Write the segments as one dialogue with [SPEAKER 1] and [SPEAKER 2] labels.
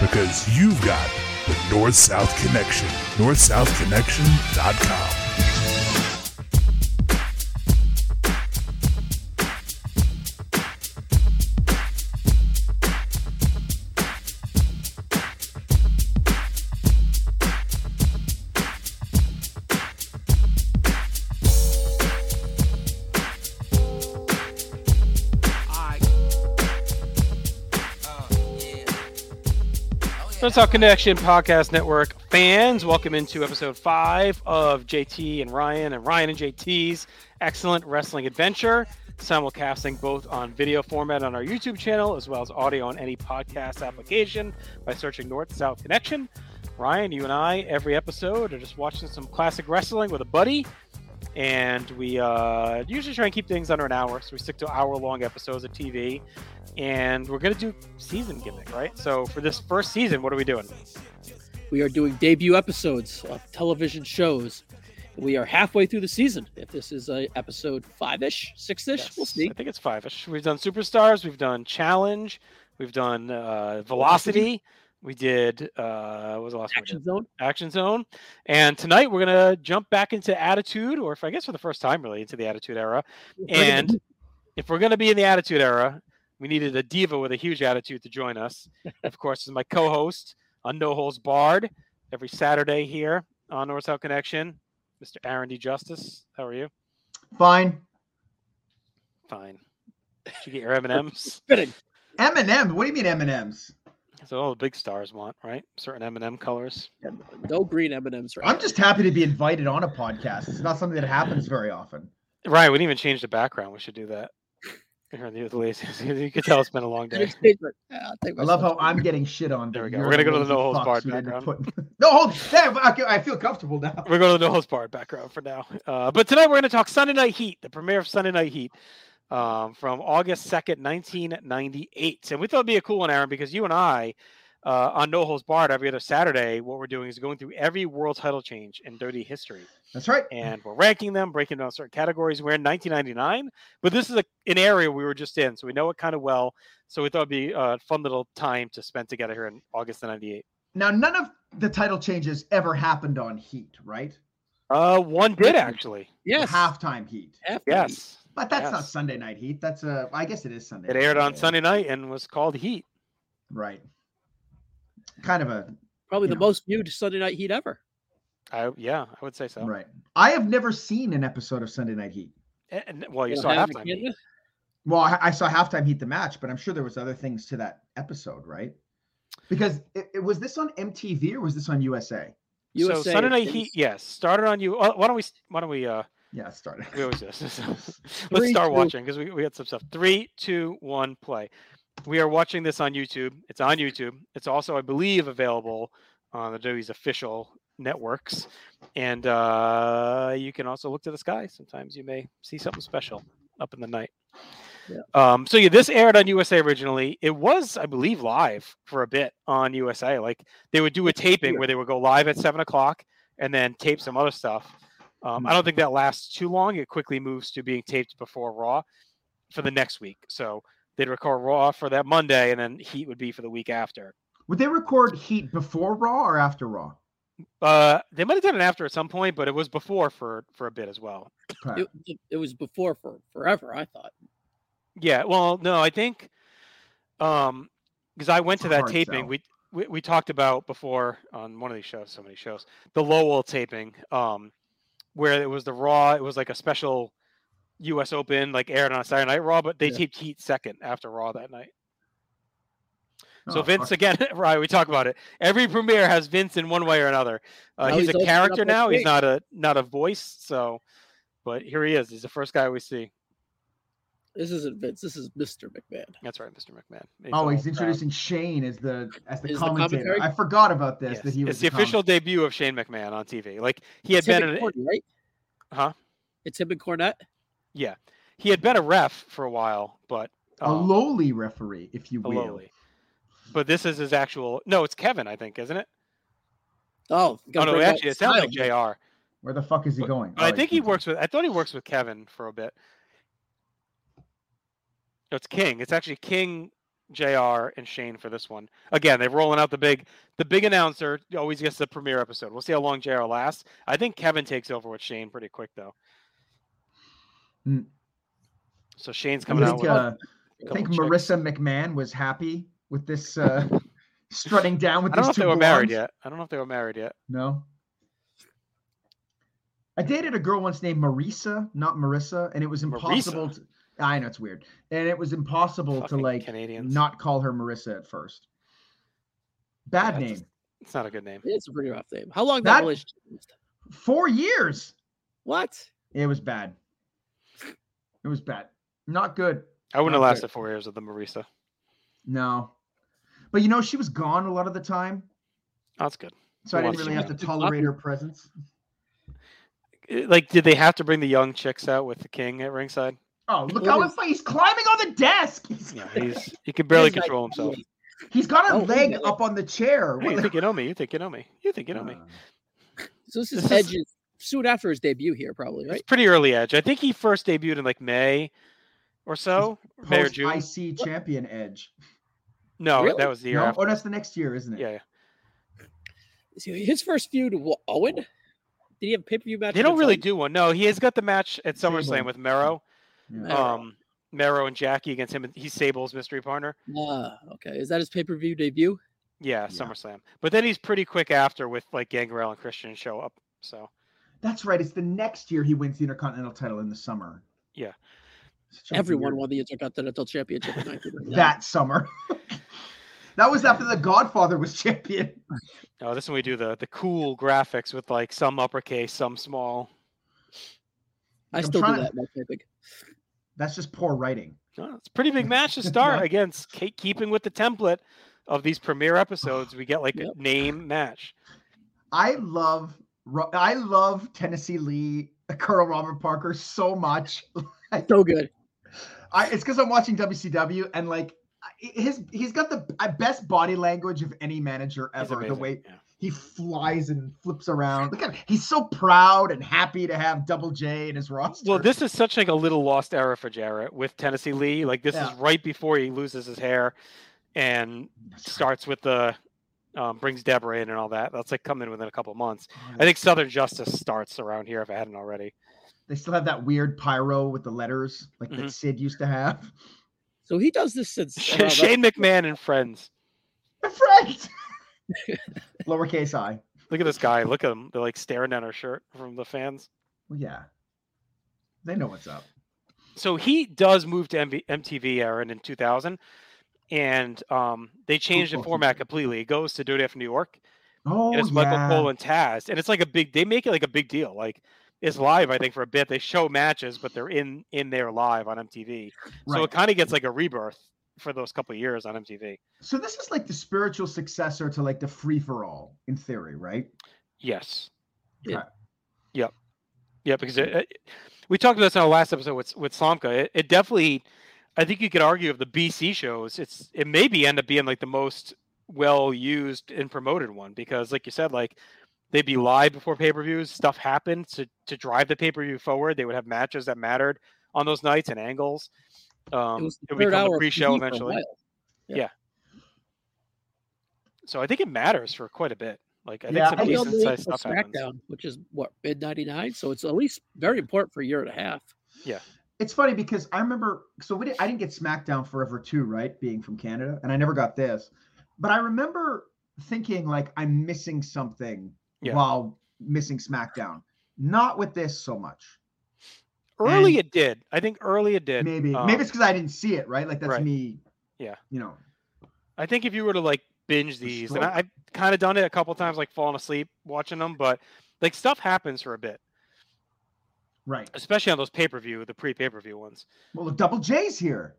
[SPEAKER 1] because you've got the North South Connection. NorthSouthConnection.com.
[SPEAKER 2] North South Connection Podcast Network fans, welcome into episode five of JT and Ryan and Ryan and JT's Excellent Wrestling Adventure. Simulcasting both on video format on our YouTube channel as well as audio on any podcast application by searching North South Connection. Ryan, you and I, every episode, are just watching some classic wrestling with a buddy. And we uh, usually try and keep things under an hour, so we stick to hour long episodes of TV and we're gonna do season gimmick, right? So for this first season, what are we doing?
[SPEAKER 3] We are doing debut episodes of television shows. We are halfway through the season. If this is a episode five ish, six ish,
[SPEAKER 2] Yes,
[SPEAKER 3] we'll see.
[SPEAKER 2] I think it's five-ish. We've done superstars, we've done challenge, we've done uh, velocity. We did uh, what was the last
[SPEAKER 3] Action
[SPEAKER 2] one?
[SPEAKER 3] zone.
[SPEAKER 2] We did? Action zone. And tonight we're gonna jump back into attitude, or if I guess for the first time really into the attitude era. And if we're gonna be in the attitude era, we needed a diva with a huge attitude to join us. of course, is my co-host on No Holes Barred every Saturday here on North South Connection, Mr. Aaron D. Justice. How are you?
[SPEAKER 4] Fine.
[SPEAKER 2] Fine. Did you get your M and M's?
[SPEAKER 3] Fitting.
[SPEAKER 4] M and M's. What do you mean M and M's?
[SPEAKER 2] That's what all the big stars want, right? Certain M and M colors.
[SPEAKER 3] No green M and M's.
[SPEAKER 4] I'm just happy to be invited on a podcast. It's not something that happens very often.
[SPEAKER 2] Ryan, we didn't even change the background. We should do that. Here, the the laces. You can tell it's been a long day.
[SPEAKER 3] Ah,
[SPEAKER 4] I love how I'm getting shit on.
[SPEAKER 2] There we
[SPEAKER 4] but
[SPEAKER 2] go.
[SPEAKER 4] you're
[SPEAKER 2] We're gonna go to the
[SPEAKER 4] lazy
[SPEAKER 2] no holds
[SPEAKER 4] fucks
[SPEAKER 2] barred
[SPEAKER 4] who didn't
[SPEAKER 2] background.
[SPEAKER 4] put- no holds. There, okay, I feel comfortable now.
[SPEAKER 2] We're going to the no holds barred background for now. Uh, but tonight we're going to talk Sunday Night Heat, the premiere of Sunday Night Heat um, from August 2nd, 1998. And we thought it'd be a cool one, Aaron, because you and I uh, on No Holds Barred every other Saturday, what we're doing is going through every world title change in dirty history.
[SPEAKER 4] That's right.
[SPEAKER 2] and we're ranking them, breaking down certain categories. We're in 1999, but this is a, an area we were just in, so we know it kind of well. So we thought it'd be a fun little time to spend together here in August of '98.
[SPEAKER 4] Now, none of the title changes ever happened on Heat, right?
[SPEAKER 2] Uh, one did actually.
[SPEAKER 3] Yes.
[SPEAKER 4] Halftime Heat,
[SPEAKER 3] half green.
[SPEAKER 2] Yes,
[SPEAKER 4] but that's not
[SPEAKER 2] Yes.
[SPEAKER 4] Sunday night Heat. That's uh, I guess it is Sunday.
[SPEAKER 2] it
[SPEAKER 4] Night
[SPEAKER 2] aired
[SPEAKER 4] Heat,
[SPEAKER 2] on
[SPEAKER 4] yeah.
[SPEAKER 2] Sunday night and was called Heat.
[SPEAKER 4] Right. Kind of a
[SPEAKER 3] Probably
[SPEAKER 4] you
[SPEAKER 3] the
[SPEAKER 4] know.
[SPEAKER 3] most viewed Sunday night heat ever.
[SPEAKER 2] Oh, I yeah, I would say so.
[SPEAKER 4] right. I have never seen an episode of Sunday Night Heat.
[SPEAKER 2] A- And, well, you
[SPEAKER 3] It'll
[SPEAKER 2] saw
[SPEAKER 3] have it
[SPEAKER 2] halftime.
[SPEAKER 3] again.
[SPEAKER 2] Heat.
[SPEAKER 4] Well, I, I saw halftime heat the match, but I'm sure there was other things to that episode, right? Because it, it- was this on MTV or was this on USA?
[SPEAKER 2] So
[SPEAKER 3] USA
[SPEAKER 2] Sunday night
[SPEAKER 3] is
[SPEAKER 2] Heat, yes, started on you. oh, Why don't we? Why don't we? Uh,
[SPEAKER 4] Yeah, it started.
[SPEAKER 2] we always do this. Let's
[SPEAKER 3] Three,
[SPEAKER 2] start
[SPEAKER 3] two-
[SPEAKER 2] watching because we, we got some stuff. Three, two, one, play. We are watching this on YouTube. It's on YouTube. It's also, I believe, available on the WWE's official networks. And uh, you can also look to the sky. Sometimes you may see something special up in the night.
[SPEAKER 3] Yeah.
[SPEAKER 2] Um, so yeah, this aired on USA originally. It was, I believe, live for a bit on USA. Like they would do a taping where they would go live at seven o'clock and then tape some other stuff.
[SPEAKER 4] Mm.
[SPEAKER 2] Um, I don't think that lasts too long. It quickly moves to being taped before Raw for the next week. So they'd record Raw for that Monday, and then Heat would be for the week after.
[SPEAKER 4] Would they record Heat before Raw or after Raw?
[SPEAKER 2] Uh, they might have done it after at some point, but it was before for for a bit as well.
[SPEAKER 4] Pro-
[SPEAKER 3] It, it- it was before for forever. I thought.
[SPEAKER 2] Yeah. Well, no, I think um because I went
[SPEAKER 4] It's
[SPEAKER 2] to
[SPEAKER 4] a
[SPEAKER 2] that
[SPEAKER 4] hard
[SPEAKER 2] taping.
[SPEAKER 4] sell.
[SPEAKER 2] We, we we talked about before on one of these shows, so many shows, the Lowell taping, um, where it was the Raw. It was like a special U.S. Open, like aired on a Saturday Night Raw, but they
[SPEAKER 4] Yeah.
[SPEAKER 2] taped Heat second after Raw that night. So
[SPEAKER 4] Oh,
[SPEAKER 2] Vince
[SPEAKER 4] fuck.
[SPEAKER 2] again, right? We talk about it. Every premiere has Vince in one way or another. Uh,
[SPEAKER 3] Now
[SPEAKER 2] he's
[SPEAKER 3] he's
[SPEAKER 2] a
[SPEAKER 3] opening up
[SPEAKER 2] character
[SPEAKER 3] like
[SPEAKER 2] now. He's
[SPEAKER 3] Big.
[SPEAKER 2] not a not a voice. So But here he is. He's the first guy we see.
[SPEAKER 3] This isn't Vince. This is Mr. McMahon.
[SPEAKER 2] That's right, Mr. McMahon.
[SPEAKER 4] oh,
[SPEAKER 2] all
[SPEAKER 4] he's
[SPEAKER 2] proud.
[SPEAKER 4] introducing Shane as the as the
[SPEAKER 3] Is the
[SPEAKER 4] commentator.
[SPEAKER 3] commentary-
[SPEAKER 4] I forgot about this
[SPEAKER 2] Uh, Yes,
[SPEAKER 4] that he was
[SPEAKER 2] it's the official
[SPEAKER 4] comment-
[SPEAKER 2] debut of Shane McMahon on TV. Like he had
[SPEAKER 3] It's him
[SPEAKER 2] been,
[SPEAKER 3] and
[SPEAKER 2] an,
[SPEAKER 3] Corny, right?
[SPEAKER 2] huh?
[SPEAKER 3] It's him and Cornette.
[SPEAKER 2] He had been a ref for a while, but
[SPEAKER 4] a
[SPEAKER 2] um,
[SPEAKER 4] lowly referee, if you
[SPEAKER 2] a
[SPEAKER 4] will.
[SPEAKER 2] lowly. But this is his actual. No, it's Kevin, I think, isn't it?
[SPEAKER 3] Oh,
[SPEAKER 2] Oh
[SPEAKER 3] gotta
[SPEAKER 2] no,
[SPEAKER 3] bring back
[SPEAKER 2] actually, it sounds like
[SPEAKER 3] Smiley.
[SPEAKER 2] Jr.
[SPEAKER 4] Where the fuck is he going? Oh,
[SPEAKER 2] But I think he works with. I thought he works with Kevin for a bit. No, it's King. It's actually King, Jr. and Shane for this one. Again, they're rolling out the big, the big announcer always gets the premiere episode. We'll see how long Jr. lasts. I think Kevin takes over with Shane pretty quick though.
[SPEAKER 4] Hmm.
[SPEAKER 2] So Shane's
[SPEAKER 4] I
[SPEAKER 2] coming out
[SPEAKER 4] think,
[SPEAKER 2] with.
[SPEAKER 4] uh,
[SPEAKER 2] a
[SPEAKER 4] I think
[SPEAKER 2] couple chicks.
[SPEAKER 4] Marissa McMahon was happy with this uh, strutting down with
[SPEAKER 2] I don't know
[SPEAKER 4] these
[SPEAKER 2] if
[SPEAKER 4] two
[SPEAKER 2] they were married yet.
[SPEAKER 4] blondes.
[SPEAKER 2] I don't know if they were married yet.
[SPEAKER 4] No. I dated a girl once named Marisa, not Marissa, and it was impossible. To, I know it's weird, and it was impossible
[SPEAKER 2] Fucking
[SPEAKER 4] to like
[SPEAKER 2] Canadians.
[SPEAKER 4] not call her Marissa at first. Bad
[SPEAKER 2] Yeah,
[SPEAKER 4] name.
[SPEAKER 2] that's- It's not a good name.
[SPEAKER 3] It's a pretty rough name. How long
[SPEAKER 4] That-
[SPEAKER 3] that relationship? lasted?
[SPEAKER 4] Four years.
[SPEAKER 3] What?
[SPEAKER 4] It was bad. It was bad. Not good.
[SPEAKER 2] I wouldn't have
[SPEAKER 4] Not good.
[SPEAKER 2] lasted four years with the Oh, Marisa.
[SPEAKER 4] No. But you know, she was gone a lot of the time,
[SPEAKER 2] That's good.
[SPEAKER 4] so I
[SPEAKER 2] Well,
[SPEAKER 4] didn't really
[SPEAKER 2] she-
[SPEAKER 4] have to tolerate her presence.
[SPEAKER 2] Uh, Like, did they have to bring the young chicks out with the king at ringside?
[SPEAKER 4] Oh, look how
[SPEAKER 3] Oh.
[SPEAKER 4] he's, he's climbing on the desk. He's,
[SPEAKER 2] Yeah, he's he can barely
[SPEAKER 3] He's like,
[SPEAKER 2] control himself.
[SPEAKER 3] "Wait,
[SPEAKER 4] he's got a
[SPEAKER 3] Oh, wait a
[SPEAKER 4] leg
[SPEAKER 3] minute.
[SPEAKER 4] up on the chair.
[SPEAKER 2] Hey,
[SPEAKER 4] What
[SPEAKER 2] you
[SPEAKER 4] the-
[SPEAKER 2] think you know me? You think you know me? You think you know me?
[SPEAKER 4] Uh,
[SPEAKER 3] So this is
[SPEAKER 2] This is-
[SPEAKER 3] Edge's soon after his debut here, probably,
[SPEAKER 2] It's
[SPEAKER 3] right?
[SPEAKER 2] pretty early edge. I think he first debuted in like May or so. May or
[SPEAKER 4] post
[SPEAKER 2] June.
[SPEAKER 4] IC champion Edge.
[SPEAKER 2] No,
[SPEAKER 3] Really?
[SPEAKER 2] that was the year
[SPEAKER 4] No?
[SPEAKER 2] after.
[SPEAKER 4] Oh, that's the next year, isn't it?
[SPEAKER 2] Yeah, yeah.
[SPEAKER 3] So his first feud with Owen. Did he have a pay per view match?
[SPEAKER 2] They don't
[SPEAKER 3] against
[SPEAKER 2] really
[SPEAKER 3] Owen?
[SPEAKER 2] do one. No, he has got the match at SummerSlam
[SPEAKER 4] Sable.
[SPEAKER 2] with Mero.
[SPEAKER 4] Yeah.
[SPEAKER 3] Mero.
[SPEAKER 2] Um Mero and Jackie against him. and He's Sable's mystery partner.
[SPEAKER 3] Ah, okay. Is that his pay per view debut?
[SPEAKER 2] Yeah,
[SPEAKER 4] Yeah.
[SPEAKER 2] SummerSlam. But then he's pretty quick after with like Gangrel and Christian show up. So
[SPEAKER 4] That's right. It's the next year he wins the Intercontinental title in the summer.
[SPEAKER 2] Yeah.
[SPEAKER 4] Such a
[SPEAKER 3] Everyone
[SPEAKER 4] weird-
[SPEAKER 3] won the Intercontinental Championship. in 1999.
[SPEAKER 4] that summer. that was after the Godfather was champion.
[SPEAKER 2] no, this one we do the the cool graphics with like some uppercase, some small.
[SPEAKER 3] I
[SPEAKER 4] I'm
[SPEAKER 3] still do
[SPEAKER 4] trying to-
[SPEAKER 3] that. Much, I think.
[SPEAKER 4] That's just poor writing.
[SPEAKER 2] No, it's a pretty big match to start.
[SPEAKER 4] Yeah.
[SPEAKER 2] Again, s- ke- keeping with the template of these premiere episodes, we get like a
[SPEAKER 3] Yep.
[SPEAKER 2] name match.
[SPEAKER 4] I love Ro- I love Tennessee Lee, Colonel Robert Parker so much.
[SPEAKER 3] So good.
[SPEAKER 4] I it's because I'm watching WCW and like I- his he's got the b- best body language of any manager
[SPEAKER 2] He's
[SPEAKER 4] ever. The
[SPEAKER 2] amazing,
[SPEAKER 4] way
[SPEAKER 2] yeah.
[SPEAKER 4] he flies and flips around. Look at him. he's so proud and happy to have Double J in his roster.
[SPEAKER 2] Well, this is such like a little lost era for Jarrett with Tennessee Lee. Like this
[SPEAKER 4] Yeah.
[SPEAKER 2] is right before he loses his hair and starts with the um, brings Deborah in and all that. That's like coming within a couple of months.
[SPEAKER 4] Oh,
[SPEAKER 2] I think Southern Justice starts around here if I hadn't already.
[SPEAKER 4] they still have that weird pyro with the letters like
[SPEAKER 2] Mhm.
[SPEAKER 4] that Sid used to have.
[SPEAKER 3] So he does this since uh,
[SPEAKER 2] Sh-
[SPEAKER 3] around that-
[SPEAKER 2] Shane McMahon and friends.
[SPEAKER 4] My friend. Lowercase i.
[SPEAKER 2] Look at this guy. Look at him. They're like staring at our shirt from the fans.
[SPEAKER 4] Well, yeah. They know what's up.
[SPEAKER 2] So he does move to MV- MTV, Aaron, in 2000, and um, they changed the
[SPEAKER 4] Football
[SPEAKER 2] format completely. It goes to Do It After New York,
[SPEAKER 4] Oh,
[SPEAKER 2] and it's Michael Cole and Taz, and it's like a big. They make it like a big deal. Like it's live, I think, for a bit. They show matches, but they're in in there live on MTV. So
[SPEAKER 4] Right.
[SPEAKER 2] it kind of gets like a rebirth for those couple of years on MTV.
[SPEAKER 4] So this is like the spiritual successor to like the free for all in theory, right?
[SPEAKER 2] Yes.
[SPEAKER 3] Yeah.
[SPEAKER 4] Okay.
[SPEAKER 2] Yep. Yeah, because it, it- we talked about this in our last episode with with Slomka. It, it definitely, I think you could argue of the BC shows, it's it maybe end up being like the most well used and promoted one because, like you said, like they'd be live before pay per views. Stuff happened to to drive the pay per view forward. They would have matches that mattered on those nights and angles. Um,
[SPEAKER 3] It was the
[SPEAKER 2] would
[SPEAKER 3] third
[SPEAKER 2] become
[SPEAKER 3] hour
[SPEAKER 2] a
[SPEAKER 3] of
[SPEAKER 2] pre show
[SPEAKER 3] TV for a
[SPEAKER 2] eventually.
[SPEAKER 3] while.
[SPEAKER 2] So I think it matters for quite a bit. Like I
[SPEAKER 4] Yeah,
[SPEAKER 2] think
[SPEAKER 4] I
[SPEAKER 2] some
[SPEAKER 3] And they'll
[SPEAKER 2] decent
[SPEAKER 3] do it
[SPEAKER 2] sized
[SPEAKER 3] for
[SPEAKER 2] stuff happens.
[SPEAKER 3] SmackDown, which is what mid '99, so it's at least very important for a year and a half.
[SPEAKER 4] It's funny because I remember so we did, I didn't get SmackDown Forever too, right? Being from Canada, and I never got this. But I remember thinking like I'm missing something
[SPEAKER 2] Yeah.
[SPEAKER 4] while missing SmackDown. Not with this so much.
[SPEAKER 2] Early
[SPEAKER 4] And-
[SPEAKER 2] it did. I think early it did.
[SPEAKER 4] Maybe
[SPEAKER 2] Um,
[SPEAKER 4] maybe it's because I didn't see it, right? Like that's
[SPEAKER 2] right.
[SPEAKER 4] me.
[SPEAKER 2] Yeah.
[SPEAKER 4] You know.
[SPEAKER 2] I think if you were to like binge these, and
[SPEAKER 4] stroke.
[SPEAKER 2] I, I've kind of done it a couple times, like falling asleep watching them, but like stuff happens for a bit.
[SPEAKER 4] Right.
[SPEAKER 2] especially on those pay per view, the pre pay per view ones.
[SPEAKER 4] Well, look, Double J's here.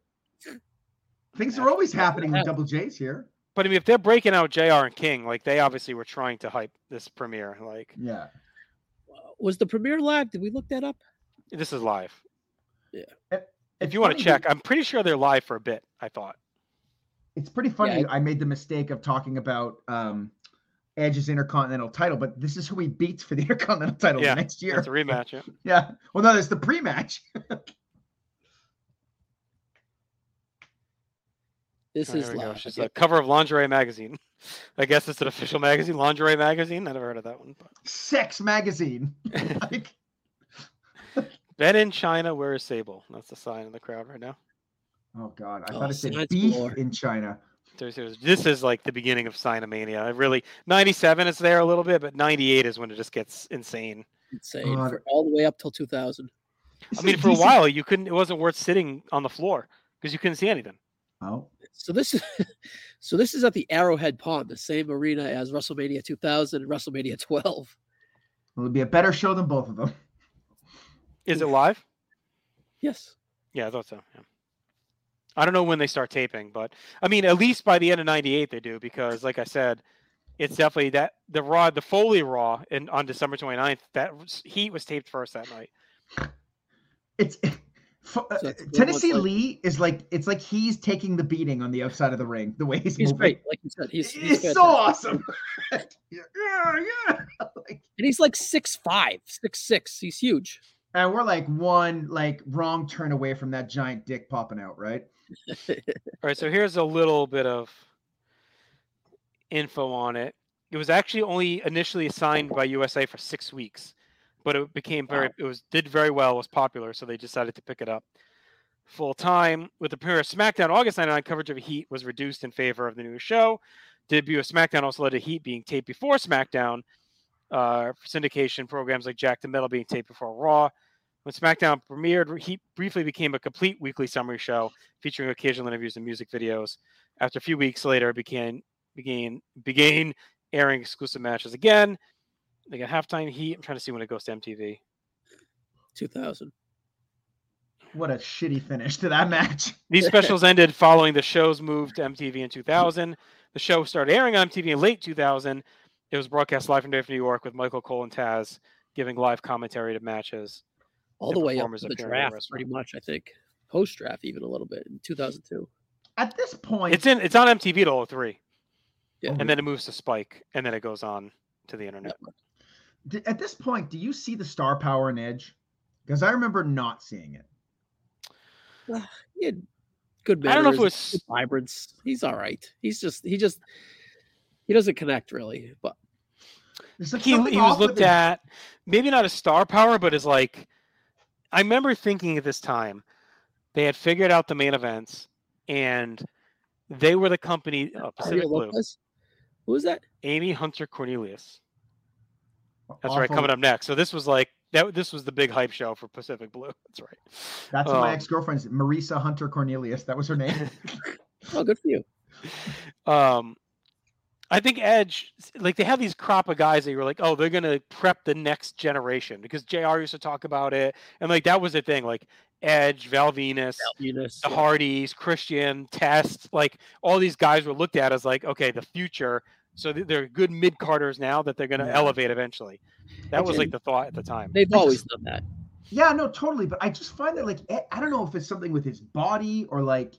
[SPEAKER 4] Things are always happening with
[SPEAKER 3] Yeah.
[SPEAKER 4] Double J's here.
[SPEAKER 2] But I mean, if they're breaking out Jr. and King, like they obviously were trying to hype this premiere. Like
[SPEAKER 4] Yeah.
[SPEAKER 3] Uh, Was the premiere live? Did we look that up?
[SPEAKER 2] this is live.
[SPEAKER 4] It's
[SPEAKER 2] If you want
[SPEAKER 4] funny
[SPEAKER 2] to
[SPEAKER 4] that-
[SPEAKER 2] check, I'm pretty sure they're live for a bit. I thought.
[SPEAKER 4] it's pretty funny. I made the mistake of talking about um, Edge's Intercontinental title, but this is who he beats for the Intercontinental title
[SPEAKER 2] Yeah,
[SPEAKER 4] next year.
[SPEAKER 2] It's a rematch. Yeah.
[SPEAKER 4] Yeah. Well, no, it's the pre-match.
[SPEAKER 3] This
[SPEAKER 2] Oh,
[SPEAKER 3] is
[SPEAKER 2] there we go.
[SPEAKER 3] live.
[SPEAKER 2] It's just
[SPEAKER 3] Okay.
[SPEAKER 2] a cover of Lingerie Magazine. I guess it's an official magazine, Lingerie Magazine. I never heard of that one. But.
[SPEAKER 4] Sex magazine. like,
[SPEAKER 2] Ben in China, where is Sable? That's the sign in the crowd right now.
[SPEAKER 4] oh God, I
[SPEAKER 3] Oh,
[SPEAKER 4] thought it said
[SPEAKER 3] science
[SPEAKER 4] beef
[SPEAKER 3] galore.
[SPEAKER 4] in China.
[SPEAKER 2] There's, there's, this is like the beginning of Sinomania. I really 97 is there a little bit, but 98 is when it just gets insane.
[SPEAKER 3] Insane.
[SPEAKER 4] God.
[SPEAKER 3] for all the way up till 2000.
[SPEAKER 4] This
[SPEAKER 2] I mean,
[SPEAKER 4] is
[SPEAKER 2] for a
[SPEAKER 4] DC
[SPEAKER 2] while you couldn't. It wasn't worth sitting on the floor because you couldn't see anything.
[SPEAKER 4] Oh,
[SPEAKER 3] So this is so this is at the Arrowhead Pond, the same arena as WrestleMania 2000 and WrestleMania 12.
[SPEAKER 4] it'll be a better show than both of them.
[SPEAKER 2] Is it live?
[SPEAKER 3] Yes.
[SPEAKER 2] Yeah, I thought so. Yeah. I don't know when they start taping, but I mean, at least by the end of '98 they do because, like I said, it's definitely that the Raw, the Foley Raw, and on December 29th, that s- heat was taped first that night.
[SPEAKER 4] It's for, uh,
[SPEAKER 3] So it's- it looks
[SPEAKER 4] Tennessee
[SPEAKER 3] like-
[SPEAKER 4] Lee is like it's like he's taking the beating on the outside of the ring. The way he's,
[SPEAKER 3] He's
[SPEAKER 4] moving.
[SPEAKER 3] great. Like you said, he's, he's
[SPEAKER 4] it's so
[SPEAKER 3] fantastic.
[SPEAKER 4] awesome. yeah, yeah. Like,
[SPEAKER 3] and he's like six five, six six. He's huge.
[SPEAKER 4] and we're like one like wrong turn away from that giant dick popping out, right?
[SPEAKER 2] All right, so here's a little bit of info on it. It was actually only initially signed by USA for six weeks, but it became very,
[SPEAKER 3] Wow.
[SPEAKER 2] it was did very well, was popular, so they decided to pick it up full time. With the premiere of SmackDown, August 99 coverage of Heat was reduced in favor of the new show. Debut of SmackDown also led to Heat being taped before SmackDown. Uh, syndication programs like Jack the Metal being taped before Raw. When SmackDown premiered, Heat briefly became a complete weekly summary show featuring occasional interviews and music videos. After a few weeks later, it began began began airing exclusive matches again. They got halftime heat. I'm trying to see when it goes to MTV.
[SPEAKER 3] 2000.
[SPEAKER 4] What a shitty finish to that match.
[SPEAKER 2] These specials ended following the show's move to MTV in 2000. The show started airing on MTV in late 2000. It was broadcast live from New York with Michael Cole and Taz giving live commentary to matches.
[SPEAKER 3] All
[SPEAKER 2] The
[SPEAKER 3] the way up
[SPEAKER 2] performers
[SPEAKER 3] to the
[SPEAKER 2] appearing in
[SPEAKER 3] draft,
[SPEAKER 2] wrestling.
[SPEAKER 3] pretty much, I think. Post draft, even a little bit in 2002.
[SPEAKER 4] At this point,
[SPEAKER 2] It's in it's on MTV to 03,
[SPEAKER 3] Yeah.
[SPEAKER 2] and then it moves to Spike, and then it goes on to the internet.
[SPEAKER 4] d- at this point, do you see the star power in Edge? Because I remember not seeing it.
[SPEAKER 3] He had good
[SPEAKER 2] I don't know if it
[SPEAKER 3] manners,
[SPEAKER 2] was-
[SPEAKER 3] good vibrance. He's all right. He's just he just he doesn't connect really, but
[SPEAKER 4] There's, like,
[SPEAKER 2] he,
[SPEAKER 4] something
[SPEAKER 2] he was
[SPEAKER 4] off with
[SPEAKER 2] looked
[SPEAKER 4] his-
[SPEAKER 2] at maybe not as star power, but as like I remember thinking at this time they had figured out the main events and they were the company oh, Pacific
[SPEAKER 3] Mario
[SPEAKER 2] Blue,
[SPEAKER 3] Lopez. Who is that?
[SPEAKER 2] Amy Hunter Cornelius. That's right,
[SPEAKER 4] awful-
[SPEAKER 2] coming up next. So this was like that. This was the big hype show for Pacific Blue. That's right.
[SPEAKER 4] That's what my
[SPEAKER 2] Um,
[SPEAKER 4] ex-girlfriend's Marisa Hunter Cornelius. That was her name.
[SPEAKER 3] Oh, good for you.
[SPEAKER 2] um I think Edge, like they have these crop of guys that you're like, oh, they're gonna prep the next generation because JR used to talk about it, and like that was the thing, like Edge, Val Venus,
[SPEAKER 3] Venus,
[SPEAKER 2] the
[SPEAKER 3] yeah.
[SPEAKER 2] Hardys, Christian, Test, like all these guys were looked at as like, okay, the future. So th- they're good mid carters now that they're gonna
[SPEAKER 4] Yeah.
[SPEAKER 2] elevate eventually. That was like the thought at the time.
[SPEAKER 3] They've
[SPEAKER 4] I
[SPEAKER 3] always
[SPEAKER 4] just-
[SPEAKER 3] done that.
[SPEAKER 4] yeah, no, totally. But I just find that like I I don't know if it's something with his body or like,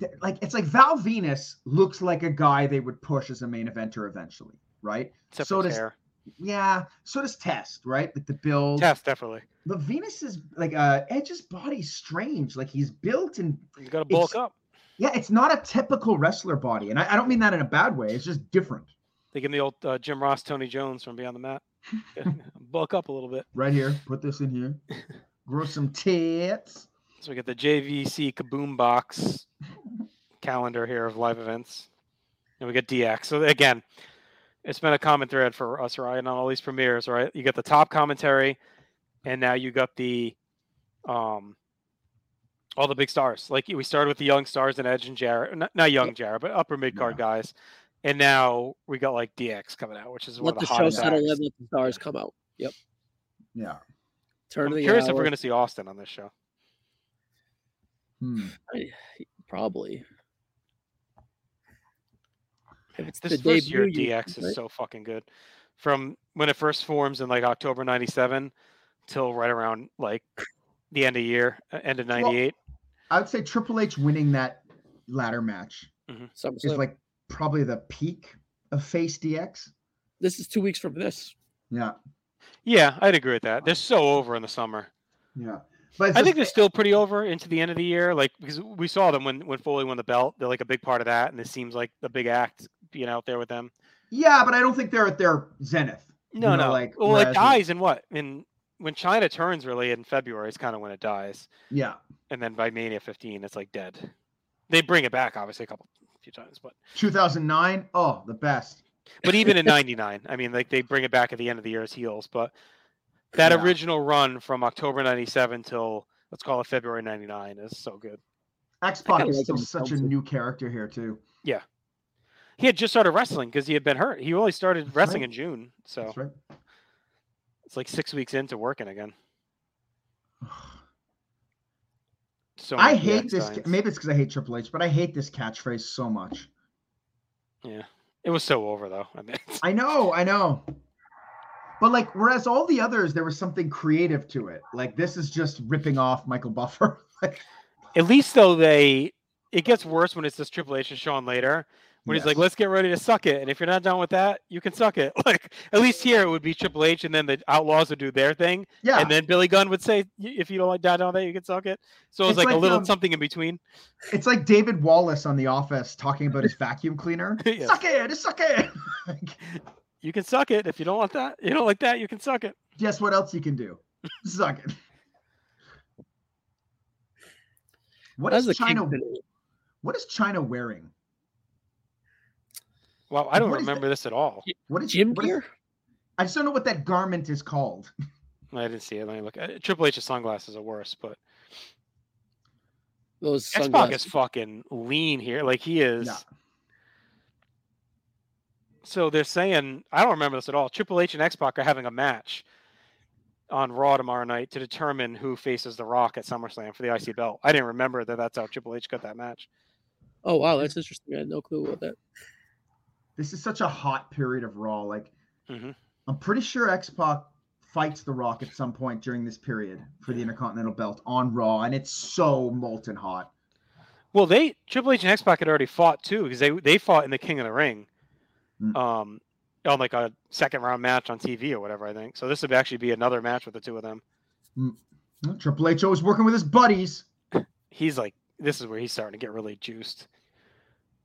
[SPEAKER 4] th- like it's like Val Venus looks like a guy they would push as a main eventer eventually, right?
[SPEAKER 2] Except
[SPEAKER 4] so
[SPEAKER 2] for his
[SPEAKER 4] does-
[SPEAKER 2] hair.
[SPEAKER 4] Yeah. So does Test, right? Like the build.
[SPEAKER 2] Test definitely.
[SPEAKER 4] But Venus is like uh Edge's body's strange. Like he's built and
[SPEAKER 2] You gotta bulk
[SPEAKER 4] It's-
[SPEAKER 2] up.
[SPEAKER 4] yeah, it's not a typical wrestler body. And I, I don't mean that in a bad way. It's just different.
[SPEAKER 2] They give me the old uh, Jim Ross, Tony Jones from Beyond the Mat. bulk up a little bit.
[SPEAKER 4] Right here, put this in here. Grow some tits.
[SPEAKER 2] So we get the JVC Kaboom Box calendar here of live events, and we get DX. So again, it's been a common thread for us, Ryan, on all these premieres. Right, you got the top commentary, and now you got the, um, all the big stars. Like we started with the young stars and Edge and Jarrett, not, not young Jarrett, but upper mid card guys, and now we got like DX coming out, which is one
[SPEAKER 3] Let
[SPEAKER 2] of
[SPEAKER 3] the
[SPEAKER 2] the
[SPEAKER 3] show
[SPEAKER 2] hottest.
[SPEAKER 3] settle in,
[SPEAKER 2] acts.
[SPEAKER 3] let the stars come out.
[SPEAKER 4] Yeah.
[SPEAKER 3] Turn
[SPEAKER 2] I'm
[SPEAKER 3] of the
[SPEAKER 2] curious
[SPEAKER 3] hour.
[SPEAKER 2] if we're going to see Austin on this show.
[SPEAKER 4] Hmm.
[SPEAKER 3] probably. If it's
[SPEAKER 2] This
[SPEAKER 3] the
[SPEAKER 2] first year
[SPEAKER 3] debut, you-
[SPEAKER 2] DX is
[SPEAKER 3] right?
[SPEAKER 2] so fucking good. From when it first forms in like October 97 till right around like the end of year, uh, end of 98.
[SPEAKER 4] I would say Triple H winning that ladder match is
[SPEAKER 3] SummerSlam.
[SPEAKER 4] like probably the peak of face DX.
[SPEAKER 3] this is two weeks from this.
[SPEAKER 4] Yeah,
[SPEAKER 2] yeah, I'd agree with that. They're so over in the summer.
[SPEAKER 4] yeah. But it's
[SPEAKER 2] I
[SPEAKER 4] just-
[SPEAKER 2] think they're still pretty over into the end of the year, like because we saw them when when Foley won the belt. They're like a big part of that, and it seems like the big act being out there with them.
[SPEAKER 4] yeah, but I don't think they're at their zenith. you
[SPEAKER 2] No,
[SPEAKER 4] know,
[SPEAKER 2] no,
[SPEAKER 4] like,
[SPEAKER 2] well, it
[SPEAKER 4] whereas-
[SPEAKER 2] dies in what in when China turns really in February is kind of when it dies,
[SPEAKER 4] Yeah,
[SPEAKER 2] and then by Mania 15, it's like dead. They bring it back obviously a couple few times, but
[SPEAKER 4] 2009. Oh, the best.
[SPEAKER 2] but even in '99, I mean, like they bring it back at the end of the year as heels, but that
[SPEAKER 4] Yeah.
[SPEAKER 2] original run from October '97 till let's call it February '99 is so good.
[SPEAKER 4] X Pac
[SPEAKER 3] kinda
[SPEAKER 4] is
[SPEAKER 3] like
[SPEAKER 4] still
[SPEAKER 3] him
[SPEAKER 4] such a
[SPEAKER 3] also.
[SPEAKER 4] new character here too.
[SPEAKER 2] He had just started wrestling because he had been hurt. He only started
[SPEAKER 4] That's
[SPEAKER 2] wrestling
[SPEAKER 4] right.
[SPEAKER 2] in June, so
[SPEAKER 4] That's right.
[SPEAKER 2] it's like six weeks into working again. So
[SPEAKER 4] I
[SPEAKER 2] many
[SPEAKER 4] hate
[SPEAKER 2] DX
[SPEAKER 4] this.
[SPEAKER 2] signs.
[SPEAKER 4] Maybe it's because I hate Triple H, but I hate this catchphrase so much.
[SPEAKER 2] It was so over though. I mean, it's-
[SPEAKER 4] I know, I know. But like, whereas all the others, there was something creative to it. Like this is just ripping off Michael Buffer. like,
[SPEAKER 2] at least though they, it gets worse when it's this Triple H and Shawn later. When he's like,
[SPEAKER 4] Yes.
[SPEAKER 2] "Let's get ready to suck it," and if you're not done with that, you can suck it. Like at least here it would be Triple H, and then the Outlaws would do their thing,
[SPEAKER 4] yeah,
[SPEAKER 2] and then Billy Gunn would say, "Y- "If you don't like down on that, you can suck it." So it was
[SPEAKER 4] It's
[SPEAKER 2] like, a
[SPEAKER 4] like,
[SPEAKER 2] little
[SPEAKER 4] um,
[SPEAKER 2] something in between.
[SPEAKER 4] it's like David Wallace on The Office talking about his vacuum cleaner.
[SPEAKER 2] Yes.
[SPEAKER 4] Suck it, suck it. Like,
[SPEAKER 2] You can suck it if you don't want that. You don't like that, you can suck it.
[SPEAKER 4] Guess what else you can do? Suck it. What
[SPEAKER 3] That's
[SPEAKER 4] is
[SPEAKER 3] the
[SPEAKER 4] China?
[SPEAKER 3] Kingpin.
[SPEAKER 4] What is China wearing?
[SPEAKER 2] Wow, I don't
[SPEAKER 4] What is
[SPEAKER 2] remember this at all.
[SPEAKER 4] What is
[SPEAKER 3] Jim
[SPEAKER 4] what is-
[SPEAKER 3] gear?
[SPEAKER 4] I just don't know what that garment is called.
[SPEAKER 2] I didn't see it. Let me look. Uh, Triple H's sunglasses are worse, but
[SPEAKER 3] Those
[SPEAKER 2] X Pac
[SPEAKER 3] sunglasses.
[SPEAKER 2] is fucking lean here. Like he is. So they're saying I don't remember this at all. Triple H and X Pac are having a match on Raw tomorrow night to determine who faces The Rock at SummerSlam for the IC belt. I didn't remember that. That's how Triple H got that match.
[SPEAKER 3] Oh wow, that's interesting. I had no clue about that.
[SPEAKER 4] This is such a hot period of Raw. Like,
[SPEAKER 2] Mhm.
[SPEAKER 4] I'm pretty sure X Pac fights The Rock at some point during this period for the Intercontinental Belt on Raw, and it's so molten hot.
[SPEAKER 2] Well, they Triple H and X Pac had already fought too because they they fought in the King of the Ring,
[SPEAKER 4] Mm.
[SPEAKER 2] um, on like a second round match on TV or whatever. I think so. This would actually be another match with the two of them.
[SPEAKER 4] Well, Hmm, Triple H always working with his buddies.
[SPEAKER 2] He's like, this is where he's starting to get really juiced.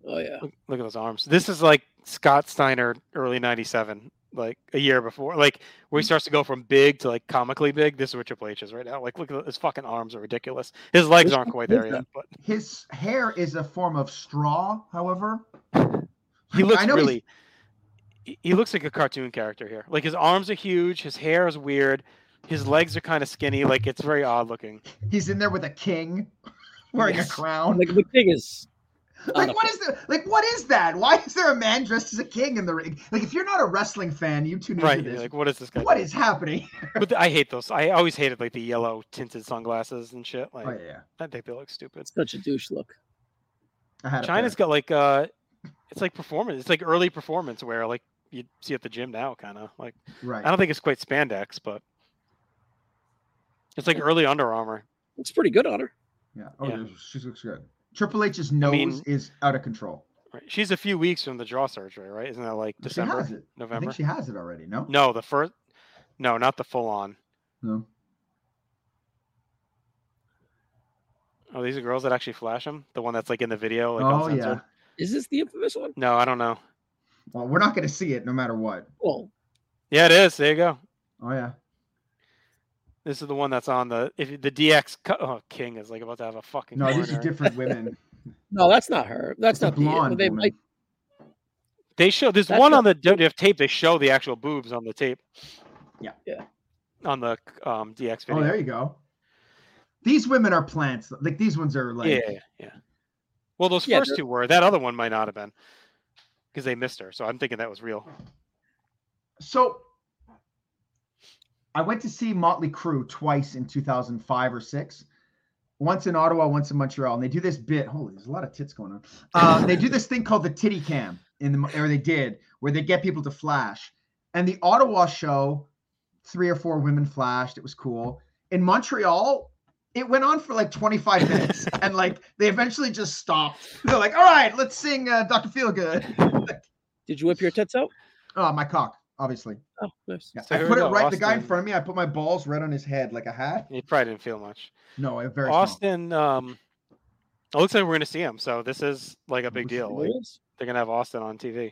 [SPEAKER 3] Oh yeah.
[SPEAKER 2] Look, look at those arms. This is like Scott Steiner early '97, like a year before, like where
[SPEAKER 3] Mm.
[SPEAKER 2] he starts to go from big to like comically big. This is what Triple H is right now. Like, look at his fucking arms are ridiculous. His legs
[SPEAKER 3] Which
[SPEAKER 2] aren't quite
[SPEAKER 3] one
[SPEAKER 2] there
[SPEAKER 3] is
[SPEAKER 2] yet, but
[SPEAKER 4] His hair is a form of straw, however.
[SPEAKER 2] he
[SPEAKER 4] I
[SPEAKER 2] looks
[SPEAKER 4] know he's-
[SPEAKER 2] really. he- He looks like a cartoon character here. Like his arms are huge, his hair is weird, his legs are kind of skinny. Like it's very odd looking.
[SPEAKER 4] He's in there with a king, wearing
[SPEAKER 2] Yes.
[SPEAKER 4] a crown.
[SPEAKER 3] Like the thing is,
[SPEAKER 4] Like what is the like what is that? Why is there a man dressed as a king in the ring? Like if you're not a wrestling fan, you tune into
[SPEAKER 2] Right? You're
[SPEAKER 4] this.
[SPEAKER 2] like, what is this guy?
[SPEAKER 4] what
[SPEAKER 2] doing?
[SPEAKER 4] is happening?
[SPEAKER 2] But th- I hate those. I always hated like the yellow tinted sunglasses and shit. Like
[SPEAKER 4] Oh yeah,
[SPEAKER 2] I think they look stupid.
[SPEAKER 3] such a douche look.
[SPEAKER 4] I had a
[SPEAKER 2] China's
[SPEAKER 4] pair.
[SPEAKER 2] got like uh it's like performance. It's like early performance wear, like you see at the gym now, kind of like I
[SPEAKER 4] right.
[SPEAKER 2] don't think it's quite spandex, but it's like early Under Armour.
[SPEAKER 3] Looks pretty good on her.
[SPEAKER 4] Yeah. Oh,
[SPEAKER 2] yeah.
[SPEAKER 4] yeah. she looks good. Triple H's nose
[SPEAKER 2] mean-
[SPEAKER 4] is out of control.
[SPEAKER 2] Right? She's a few weeks from the jaw surgery, right? Isn't that like
[SPEAKER 4] She
[SPEAKER 2] December,
[SPEAKER 4] has it. I
[SPEAKER 2] November?
[SPEAKER 4] think she has it already. No.
[SPEAKER 2] No, the first. No, not the full on.
[SPEAKER 4] No.
[SPEAKER 2] Oh, these are girls that actually flash them. The one that's like in the video, like
[SPEAKER 4] oh yeah.
[SPEAKER 2] uncensored?
[SPEAKER 3] Is this the infamous one?
[SPEAKER 2] No, I don't know.
[SPEAKER 4] Well, we're not gonna see it no matter what.
[SPEAKER 3] Well,
[SPEAKER 2] Yeah, it is. There you go.
[SPEAKER 4] Oh yeah.
[SPEAKER 2] This is the one that's on the if you- the DX. co- Oh, King is like about to have a fucking.
[SPEAKER 4] No, these are
[SPEAKER 2] corner.
[SPEAKER 4] different women.
[SPEAKER 3] no, that's not her. That's
[SPEAKER 4] It's a
[SPEAKER 3] not the. well,
[SPEAKER 4] blonde
[SPEAKER 3] They
[SPEAKER 4] woman.
[SPEAKER 3] might.
[SPEAKER 2] They show there's
[SPEAKER 3] That's
[SPEAKER 2] one
[SPEAKER 3] a-
[SPEAKER 2] on the WWF tape. They show the actual boobs on the tape.
[SPEAKER 4] Yeah.
[SPEAKER 3] Yeah.
[SPEAKER 2] On the um, DX
[SPEAKER 4] Oh,
[SPEAKER 2] video.
[SPEAKER 4] there you go. These women are plants. Like these ones are like.
[SPEAKER 2] yeah, yeah, yeah. Well, those
[SPEAKER 3] Yeah,
[SPEAKER 2] first
[SPEAKER 3] they're-
[SPEAKER 2] two were. That other one might not have been because they missed her. So I'm thinking that was real.
[SPEAKER 4] So I went to see Motley Crue twice in 2005 or six. Once in Ottawa, once in Montreal, and they do this bit. Holy, there's a lot of tits going on. Uh, they do this thing called the titty cam in the or they did where they get people to flash. And the Ottawa show, three or four women flashed. It was cool. In Montreal, it went on for like 25 minutes, and like they eventually just stopped. They're like, "All right, let's sing uh, Doctor Feelgood." Like,
[SPEAKER 3] Did you whip your tits out?
[SPEAKER 4] oh, my cock, obviously.
[SPEAKER 3] Oh, nice.
[SPEAKER 4] Yeah,
[SPEAKER 2] So
[SPEAKER 4] I
[SPEAKER 2] here
[SPEAKER 4] put
[SPEAKER 2] we
[SPEAKER 4] it
[SPEAKER 2] go,
[SPEAKER 4] right. The guy in
[SPEAKER 2] Austin.
[SPEAKER 4] front of me, I put my balls right on his head like a hat.
[SPEAKER 2] He probably didn't feel much.
[SPEAKER 4] No, I'm very small.
[SPEAKER 2] Austin, um, it looks like we're going to see him. So this is like a big deal. Like,
[SPEAKER 3] Yes.
[SPEAKER 2] they're going to have Austin on TV.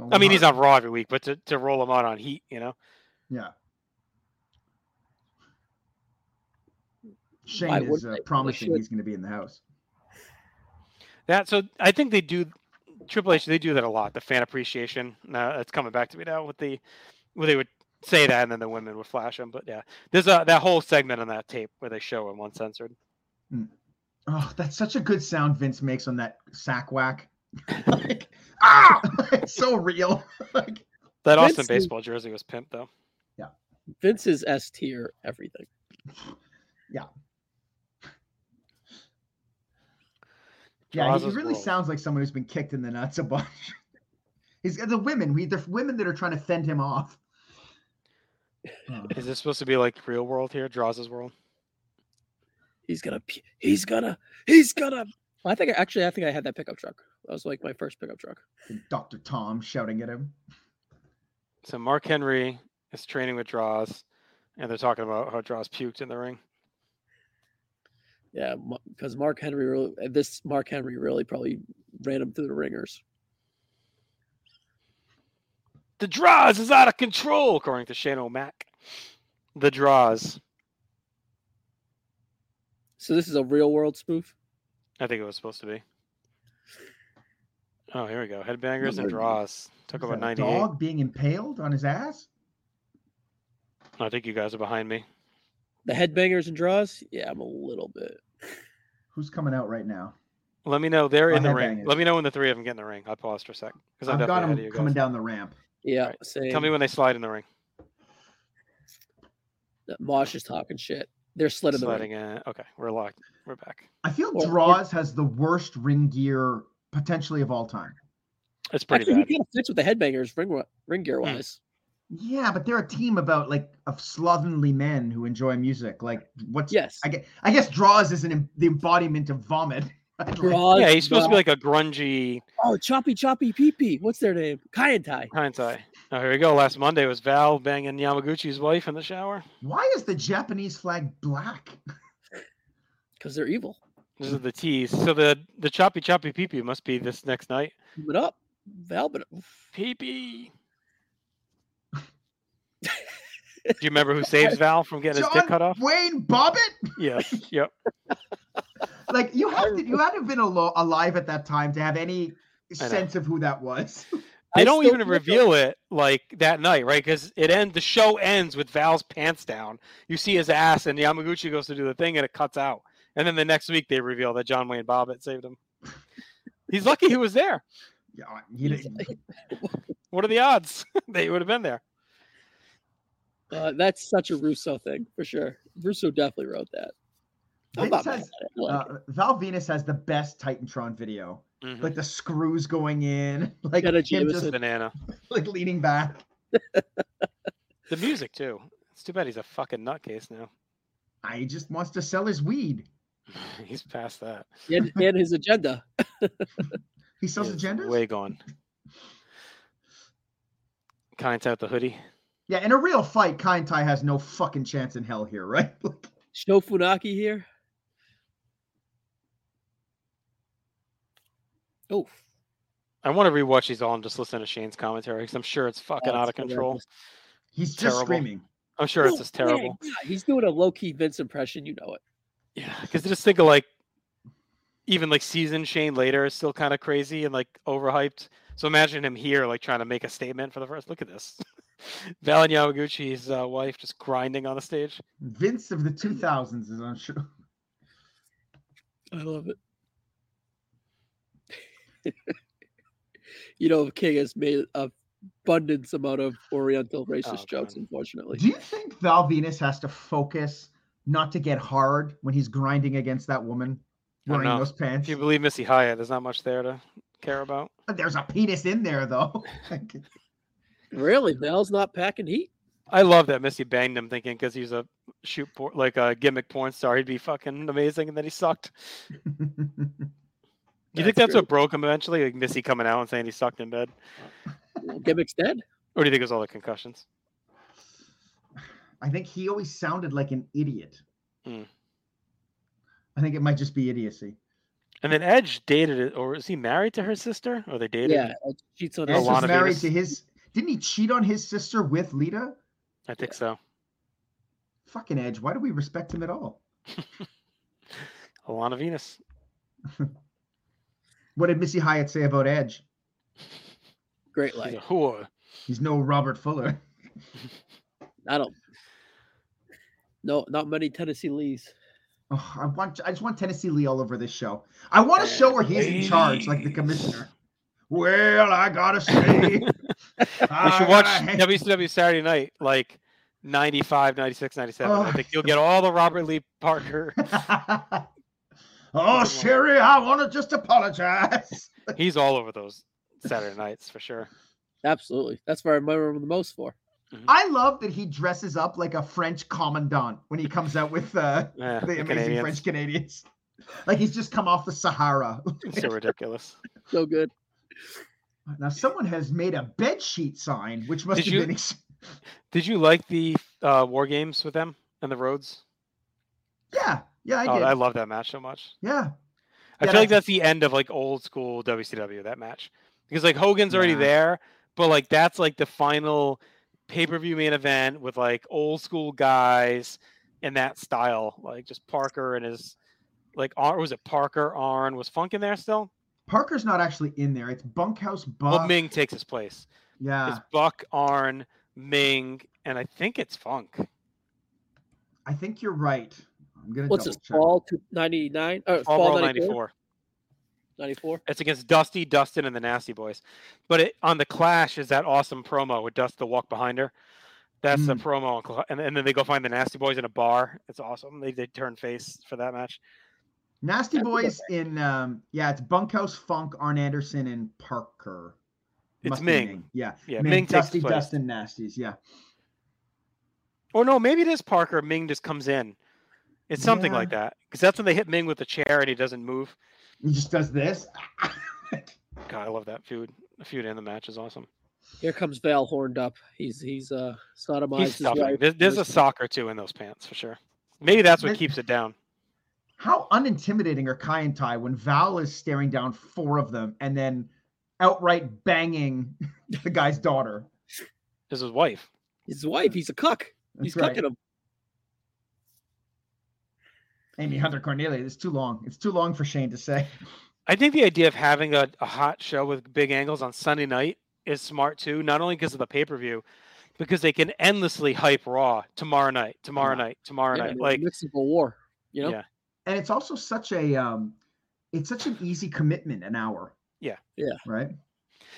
[SPEAKER 4] Oh,
[SPEAKER 2] I mean, he's
[SPEAKER 4] my-
[SPEAKER 2] on Raw every week, but to, to roll him out on Heat, you know,
[SPEAKER 4] Yeah. Shane
[SPEAKER 3] Why
[SPEAKER 4] is
[SPEAKER 3] wouldn't
[SPEAKER 4] uh,
[SPEAKER 3] they? They
[SPEAKER 4] promising
[SPEAKER 3] should.
[SPEAKER 4] he's going to be in the house.
[SPEAKER 2] that. So I think they do Triple H. They do that a lot. The fan appreciation. Now it's coming back to me now with the where they would say that, and then the women would flash him. But yeah, there's a that whole segment on that tape where they show him uncensored.
[SPEAKER 4] Oh, that's such a good sound Vince makes on that sack whack. like, ah, it's so real. like,
[SPEAKER 2] That
[SPEAKER 3] Vince
[SPEAKER 2] Austin
[SPEAKER 3] is-
[SPEAKER 2] baseball jersey was pimped though.
[SPEAKER 3] Vince is S tier everything.
[SPEAKER 4] yeah,
[SPEAKER 2] Jaws
[SPEAKER 4] he
[SPEAKER 2] is
[SPEAKER 4] really
[SPEAKER 2] world.
[SPEAKER 4] sounds like someone who's been kicked in the nuts a bunch. he's the women. We the women that are trying to fend him off. Uh,
[SPEAKER 2] Is this supposed to be like real world here? Draws's world.
[SPEAKER 3] He's gonna. pu- He's gonna. He's gonna. Well, I think I actually. I think I had that pickup truck. That was like my first pickup truck.
[SPEAKER 4] Dr. Tom shouting at him.
[SPEAKER 2] So Mark Henry is training with Draws, and they're talking about how Draws puked in the ring.
[SPEAKER 3] Yeah, because Mark Henry. Really, this Mark Henry really probably ran him through the ringers.
[SPEAKER 2] The Draws is out of control, according to Shane O'Mac. The Draws.
[SPEAKER 3] So this is a real world spoof.
[SPEAKER 2] I think it was supposed to be. Oh, here we go. Headbangers and
[SPEAKER 4] Number-
[SPEAKER 2] Draws. Took
[SPEAKER 4] Is
[SPEAKER 2] about
[SPEAKER 4] that a
[SPEAKER 2] 98.
[SPEAKER 4] Dog being impaled on his ass.
[SPEAKER 2] I think you guys are behind me.
[SPEAKER 3] The headbangers and draws. Yeah, I'm a little bit.
[SPEAKER 4] Who's coming out right now?
[SPEAKER 2] Let me know they're
[SPEAKER 4] Oh,
[SPEAKER 2] in the ring.
[SPEAKER 4] headbangers.
[SPEAKER 2] Let me know when the three of them get in the ring. I paused for a sec because I'm
[SPEAKER 4] I've got
[SPEAKER 2] definitely ahead of
[SPEAKER 4] him
[SPEAKER 2] you guys.
[SPEAKER 4] coming down the ramp.
[SPEAKER 3] Yeah,
[SPEAKER 2] Alright,
[SPEAKER 3] same.
[SPEAKER 2] Tell me when they slide in the ring.
[SPEAKER 3] that Mosh is talking shit. They're slid in the ring.
[SPEAKER 2] Sliding in. Okay, we're locked. We're back.
[SPEAKER 4] I feel
[SPEAKER 3] Or- or-
[SPEAKER 4] Draws has the worst ring gear potentially of all time.
[SPEAKER 2] It's pretty
[SPEAKER 3] Actually,
[SPEAKER 2] bad. Hmm.
[SPEAKER 3] he kind of fits with the headbangers ring wa- ring gear wise.
[SPEAKER 4] Yeah, but they're a team about like of slovenly men who enjoy music. Like what's
[SPEAKER 3] Yes,
[SPEAKER 4] I guess I guess Draws is an em- the embodiment of vomit. right? Like,
[SPEAKER 3] Draws,
[SPEAKER 2] Yeah, he's supposed to be
[SPEAKER 3] Draws-
[SPEAKER 2] like a grungy
[SPEAKER 3] oh choppy choppy pee pee. What's their name? Kai and Tai.
[SPEAKER 2] hindsight. Oh, here we go. Last Monday was Val banging Yamaguchi's wife in the shower.
[SPEAKER 4] why is the Japanese flag black?
[SPEAKER 3] because they're evil.
[SPEAKER 2] This is the tease. So the the choppy choppy pee pee must be this next night.
[SPEAKER 3] Keep it up, Val. But
[SPEAKER 2] Pee pee. Do you remember who saves Val from getting his dick cut off?
[SPEAKER 4] Wayne Bobbitt?
[SPEAKER 2] Yes. Yep.
[SPEAKER 4] Like you have to you
[SPEAKER 3] remember.
[SPEAKER 4] had to have been alo- alive at that time to have any
[SPEAKER 2] know.
[SPEAKER 4] sense of who that was.
[SPEAKER 2] They
[SPEAKER 3] I
[SPEAKER 2] don't
[SPEAKER 3] still
[SPEAKER 2] even
[SPEAKER 3] look at-
[SPEAKER 2] reveal it like that night, right? Because it end the show ends with Val's pants down. You see his ass, and Yamaguchi goes to do the thing, and it cuts out. And then the next week they reveal that John Wayne Bobbitt saved him. He's lucky he was there.
[SPEAKER 4] Yeah, you
[SPEAKER 3] He's-
[SPEAKER 4] know,
[SPEAKER 2] What are the odds that he would have been there?
[SPEAKER 3] uh, that's such a Russo thing for sure. Russo definitely wrote that. I'm
[SPEAKER 4] Vince
[SPEAKER 3] not mad
[SPEAKER 4] has-
[SPEAKER 3] at it. Look,
[SPEAKER 4] uh, Val Venus has the best Titantron video.
[SPEAKER 2] Mhm.
[SPEAKER 4] Like the screws going in, like
[SPEAKER 3] Jenna
[SPEAKER 4] him just
[SPEAKER 3] Jameson.
[SPEAKER 2] Banana.
[SPEAKER 4] like leaning back.
[SPEAKER 2] The music too. It's too bad he's a fucking nutcase now.
[SPEAKER 4] I just wants to sell his weed.
[SPEAKER 2] he's past that.
[SPEAKER 3] he, had, he had his agenda.
[SPEAKER 4] He
[SPEAKER 2] He
[SPEAKER 4] sells
[SPEAKER 2] is
[SPEAKER 4] agendas.
[SPEAKER 2] Way gone. Kinds out the hoodie.
[SPEAKER 4] Yeah, in a real fight, Kai Tai has no fucking chance in hell here, right? Like,
[SPEAKER 3] Shofunaki here. Oh,
[SPEAKER 2] I want to rewatch these all and just listen to Shane's commentary because I'm sure it's fucking out of
[SPEAKER 3] that's
[SPEAKER 2] control.
[SPEAKER 3] horrendous.
[SPEAKER 4] he's just
[SPEAKER 2] Terrible.
[SPEAKER 4] screaming.
[SPEAKER 2] I'm sure
[SPEAKER 3] No
[SPEAKER 2] it's just
[SPEAKER 3] way.
[SPEAKER 2] terrible.
[SPEAKER 3] Yeah, he's doing a low key Vince impression. You know it.
[SPEAKER 2] Yeah, because just think of like, even like season Shane later is still kind of crazy and like overhyped. So imagine him here, like trying to make a statement for the first. Look at this. Val and Yamaguchi's uh, wife just grinding on the stage.
[SPEAKER 4] Vince of the 2000s is on show.
[SPEAKER 3] I love it. you know, King has made a abundance amount of Oriental racist
[SPEAKER 2] Oh,
[SPEAKER 3] jokes,
[SPEAKER 2] God.
[SPEAKER 3] unfortunately.
[SPEAKER 4] Do you think Val Venus has to focus not to get hard when he's grinding against that woman
[SPEAKER 2] I don't
[SPEAKER 4] wearing
[SPEAKER 2] know.
[SPEAKER 4] those pants?
[SPEAKER 2] If you believe Missy Hyatt, there's not much there to care about.
[SPEAKER 4] There's a penis in there though.
[SPEAKER 3] Really, Val's not packing heat.
[SPEAKER 2] I love that Missy banged him thinking because he's a shoot por- like a gimmick porn star, he'd be fucking amazing, and then he sucked. You think that's
[SPEAKER 3] That's
[SPEAKER 2] what broke him eventually? Like Missy coming out and saying he sucked in bed,
[SPEAKER 3] Well, gimmick's dead.
[SPEAKER 2] or do you think it was all the concussions?
[SPEAKER 4] I think he always sounded like an idiot.
[SPEAKER 2] Hmm.
[SPEAKER 4] I think it might just be idiocy.
[SPEAKER 2] And then Edge dated it, or is he married to her sister? Or they dated?
[SPEAKER 3] Yeah, uh, cheats on
[SPEAKER 4] Edge
[SPEAKER 3] his
[SPEAKER 2] Alana
[SPEAKER 4] was married
[SPEAKER 2] Venus.
[SPEAKER 4] to his. Didn't he cheat on his sister with Lita?
[SPEAKER 2] I think so.
[SPEAKER 4] Fucking Edge. Why do we respect him at all?
[SPEAKER 2] Alana Venus.
[SPEAKER 4] What did Missy Hyatt say about Edge?
[SPEAKER 3] great
[SPEAKER 2] She's a
[SPEAKER 3] life.
[SPEAKER 2] whore.
[SPEAKER 4] He's no Robert Fuller.
[SPEAKER 3] I don't. No, not many Tennessee Lees.
[SPEAKER 4] Oh, I want. I just want Tennessee Lee all over this show. I want a show where he's in charge, like the commissioner. Well, I gotta say,
[SPEAKER 2] You
[SPEAKER 4] I
[SPEAKER 2] should watch
[SPEAKER 4] gotta hang-
[SPEAKER 2] WCW Saturday Night, like 95, 96, 97. I
[SPEAKER 4] Oh.
[SPEAKER 2] think you'll get all the Robert Lee Parker.
[SPEAKER 4] oh, Sherry, I want to just apologize.
[SPEAKER 2] He's all over those Saturday nights for sure.
[SPEAKER 3] Absolutely. That's what I remember him the most for.
[SPEAKER 4] I love that he dresses up like a French commandant when he comes out with uh,
[SPEAKER 2] Yeah,
[SPEAKER 4] the
[SPEAKER 2] Eh, the
[SPEAKER 4] amazing
[SPEAKER 2] Canadians.
[SPEAKER 4] French Canadians. Like he's just come off the Sahara.
[SPEAKER 2] so ridiculous.
[SPEAKER 3] So good.
[SPEAKER 4] Now someone has made a bed sheet sign, which must
[SPEAKER 2] Did
[SPEAKER 4] have
[SPEAKER 2] you-
[SPEAKER 4] been. Ex-
[SPEAKER 2] Did you like the uh, war games with them and the roads?
[SPEAKER 4] yeah, yeah, I
[SPEAKER 2] oh,
[SPEAKER 4] did.
[SPEAKER 2] I love that match so much.
[SPEAKER 4] yeah,
[SPEAKER 2] I
[SPEAKER 4] Yeah,
[SPEAKER 2] feel like
[SPEAKER 4] that's-
[SPEAKER 2] that's the end of like old school WCW that match because like Hogan's already
[SPEAKER 4] Yeah.
[SPEAKER 2] there, but like that's like the final pay per view main event with like old school guys in that style, like just Parker and his like Ar- was it Parker Arn was Funk in there still?
[SPEAKER 4] Parker's not actually in there. It's Bunkhouse
[SPEAKER 2] Well,
[SPEAKER 4] Buck.
[SPEAKER 2] Ming takes his place.
[SPEAKER 4] yeah,
[SPEAKER 2] It's Buck Arn Ming, and I think it's Funk.
[SPEAKER 4] I think you're right. I'm gonna.
[SPEAKER 3] What's
[SPEAKER 4] double
[SPEAKER 3] this?
[SPEAKER 4] check.
[SPEAKER 3] Fall to 99? Uh,
[SPEAKER 2] All
[SPEAKER 3] fall
[SPEAKER 2] World
[SPEAKER 3] 94?
[SPEAKER 2] 94.
[SPEAKER 3] 94?
[SPEAKER 2] It's against Dusty, Dustin, and the Nasty Boys. But it, on the Clash is that awesome promo with Dust the walk behind her. That's the
[SPEAKER 4] Mm.
[SPEAKER 2] promo, on Cla- and, and then they go find the Nasty Boys in a bar. It's awesome. They, they turn face for that match.
[SPEAKER 4] Nasty
[SPEAKER 3] That's a good
[SPEAKER 4] Boys in. Um, yeah, it's Bunkhouse Funk, Arn Anderson, and Parker.
[SPEAKER 2] It's
[SPEAKER 4] Must be
[SPEAKER 2] Ming.
[SPEAKER 4] Yeah,
[SPEAKER 2] Yeah,
[SPEAKER 4] Ming,
[SPEAKER 2] Ming, takes
[SPEAKER 4] Dusty,
[SPEAKER 2] place.
[SPEAKER 4] Dustin, Nasties. Yeah.
[SPEAKER 2] Or no, maybe it is Parker. Ming just comes in. It's something like that because that's when they hit Ming with the chair and he doesn't move.
[SPEAKER 4] He just does this.
[SPEAKER 2] God, I love that feud. The feud and the match is awesome.
[SPEAKER 3] Here comes Val horned up. He's he's uh sodomized
[SPEAKER 2] He's
[SPEAKER 3] his
[SPEAKER 2] stuffing.
[SPEAKER 3] wife.
[SPEAKER 2] There's, there's a sock or two in those pants for sure. Maybe that's what
[SPEAKER 4] This-
[SPEAKER 2] keeps it down.
[SPEAKER 4] How unintimidating are Kai and Tai when Val is staring down four of them and then outright banging the guy's daughter?
[SPEAKER 2] Is his wife.
[SPEAKER 3] His wife, he's a cuck. He's
[SPEAKER 4] That's right.
[SPEAKER 3] cucking him.
[SPEAKER 4] Amy Hunter Cornelia. It's too long. It's too long for Shane to say.
[SPEAKER 2] I think the idea of having a, a hot show with big angles on Sunday night is smart too, not only because of the pay per view, because they can endlessly hype Raw tomorrow night, tomorrow
[SPEAKER 4] Yeah.
[SPEAKER 2] night, tomorrow
[SPEAKER 3] Yeah,
[SPEAKER 2] night.
[SPEAKER 3] the
[SPEAKER 2] Like,
[SPEAKER 3] midst of a war. You know?
[SPEAKER 2] Yeah.
[SPEAKER 4] And it's also such a um, it's such an easy commitment, an hour.
[SPEAKER 2] Yeah.
[SPEAKER 3] Yeah.
[SPEAKER 4] Right.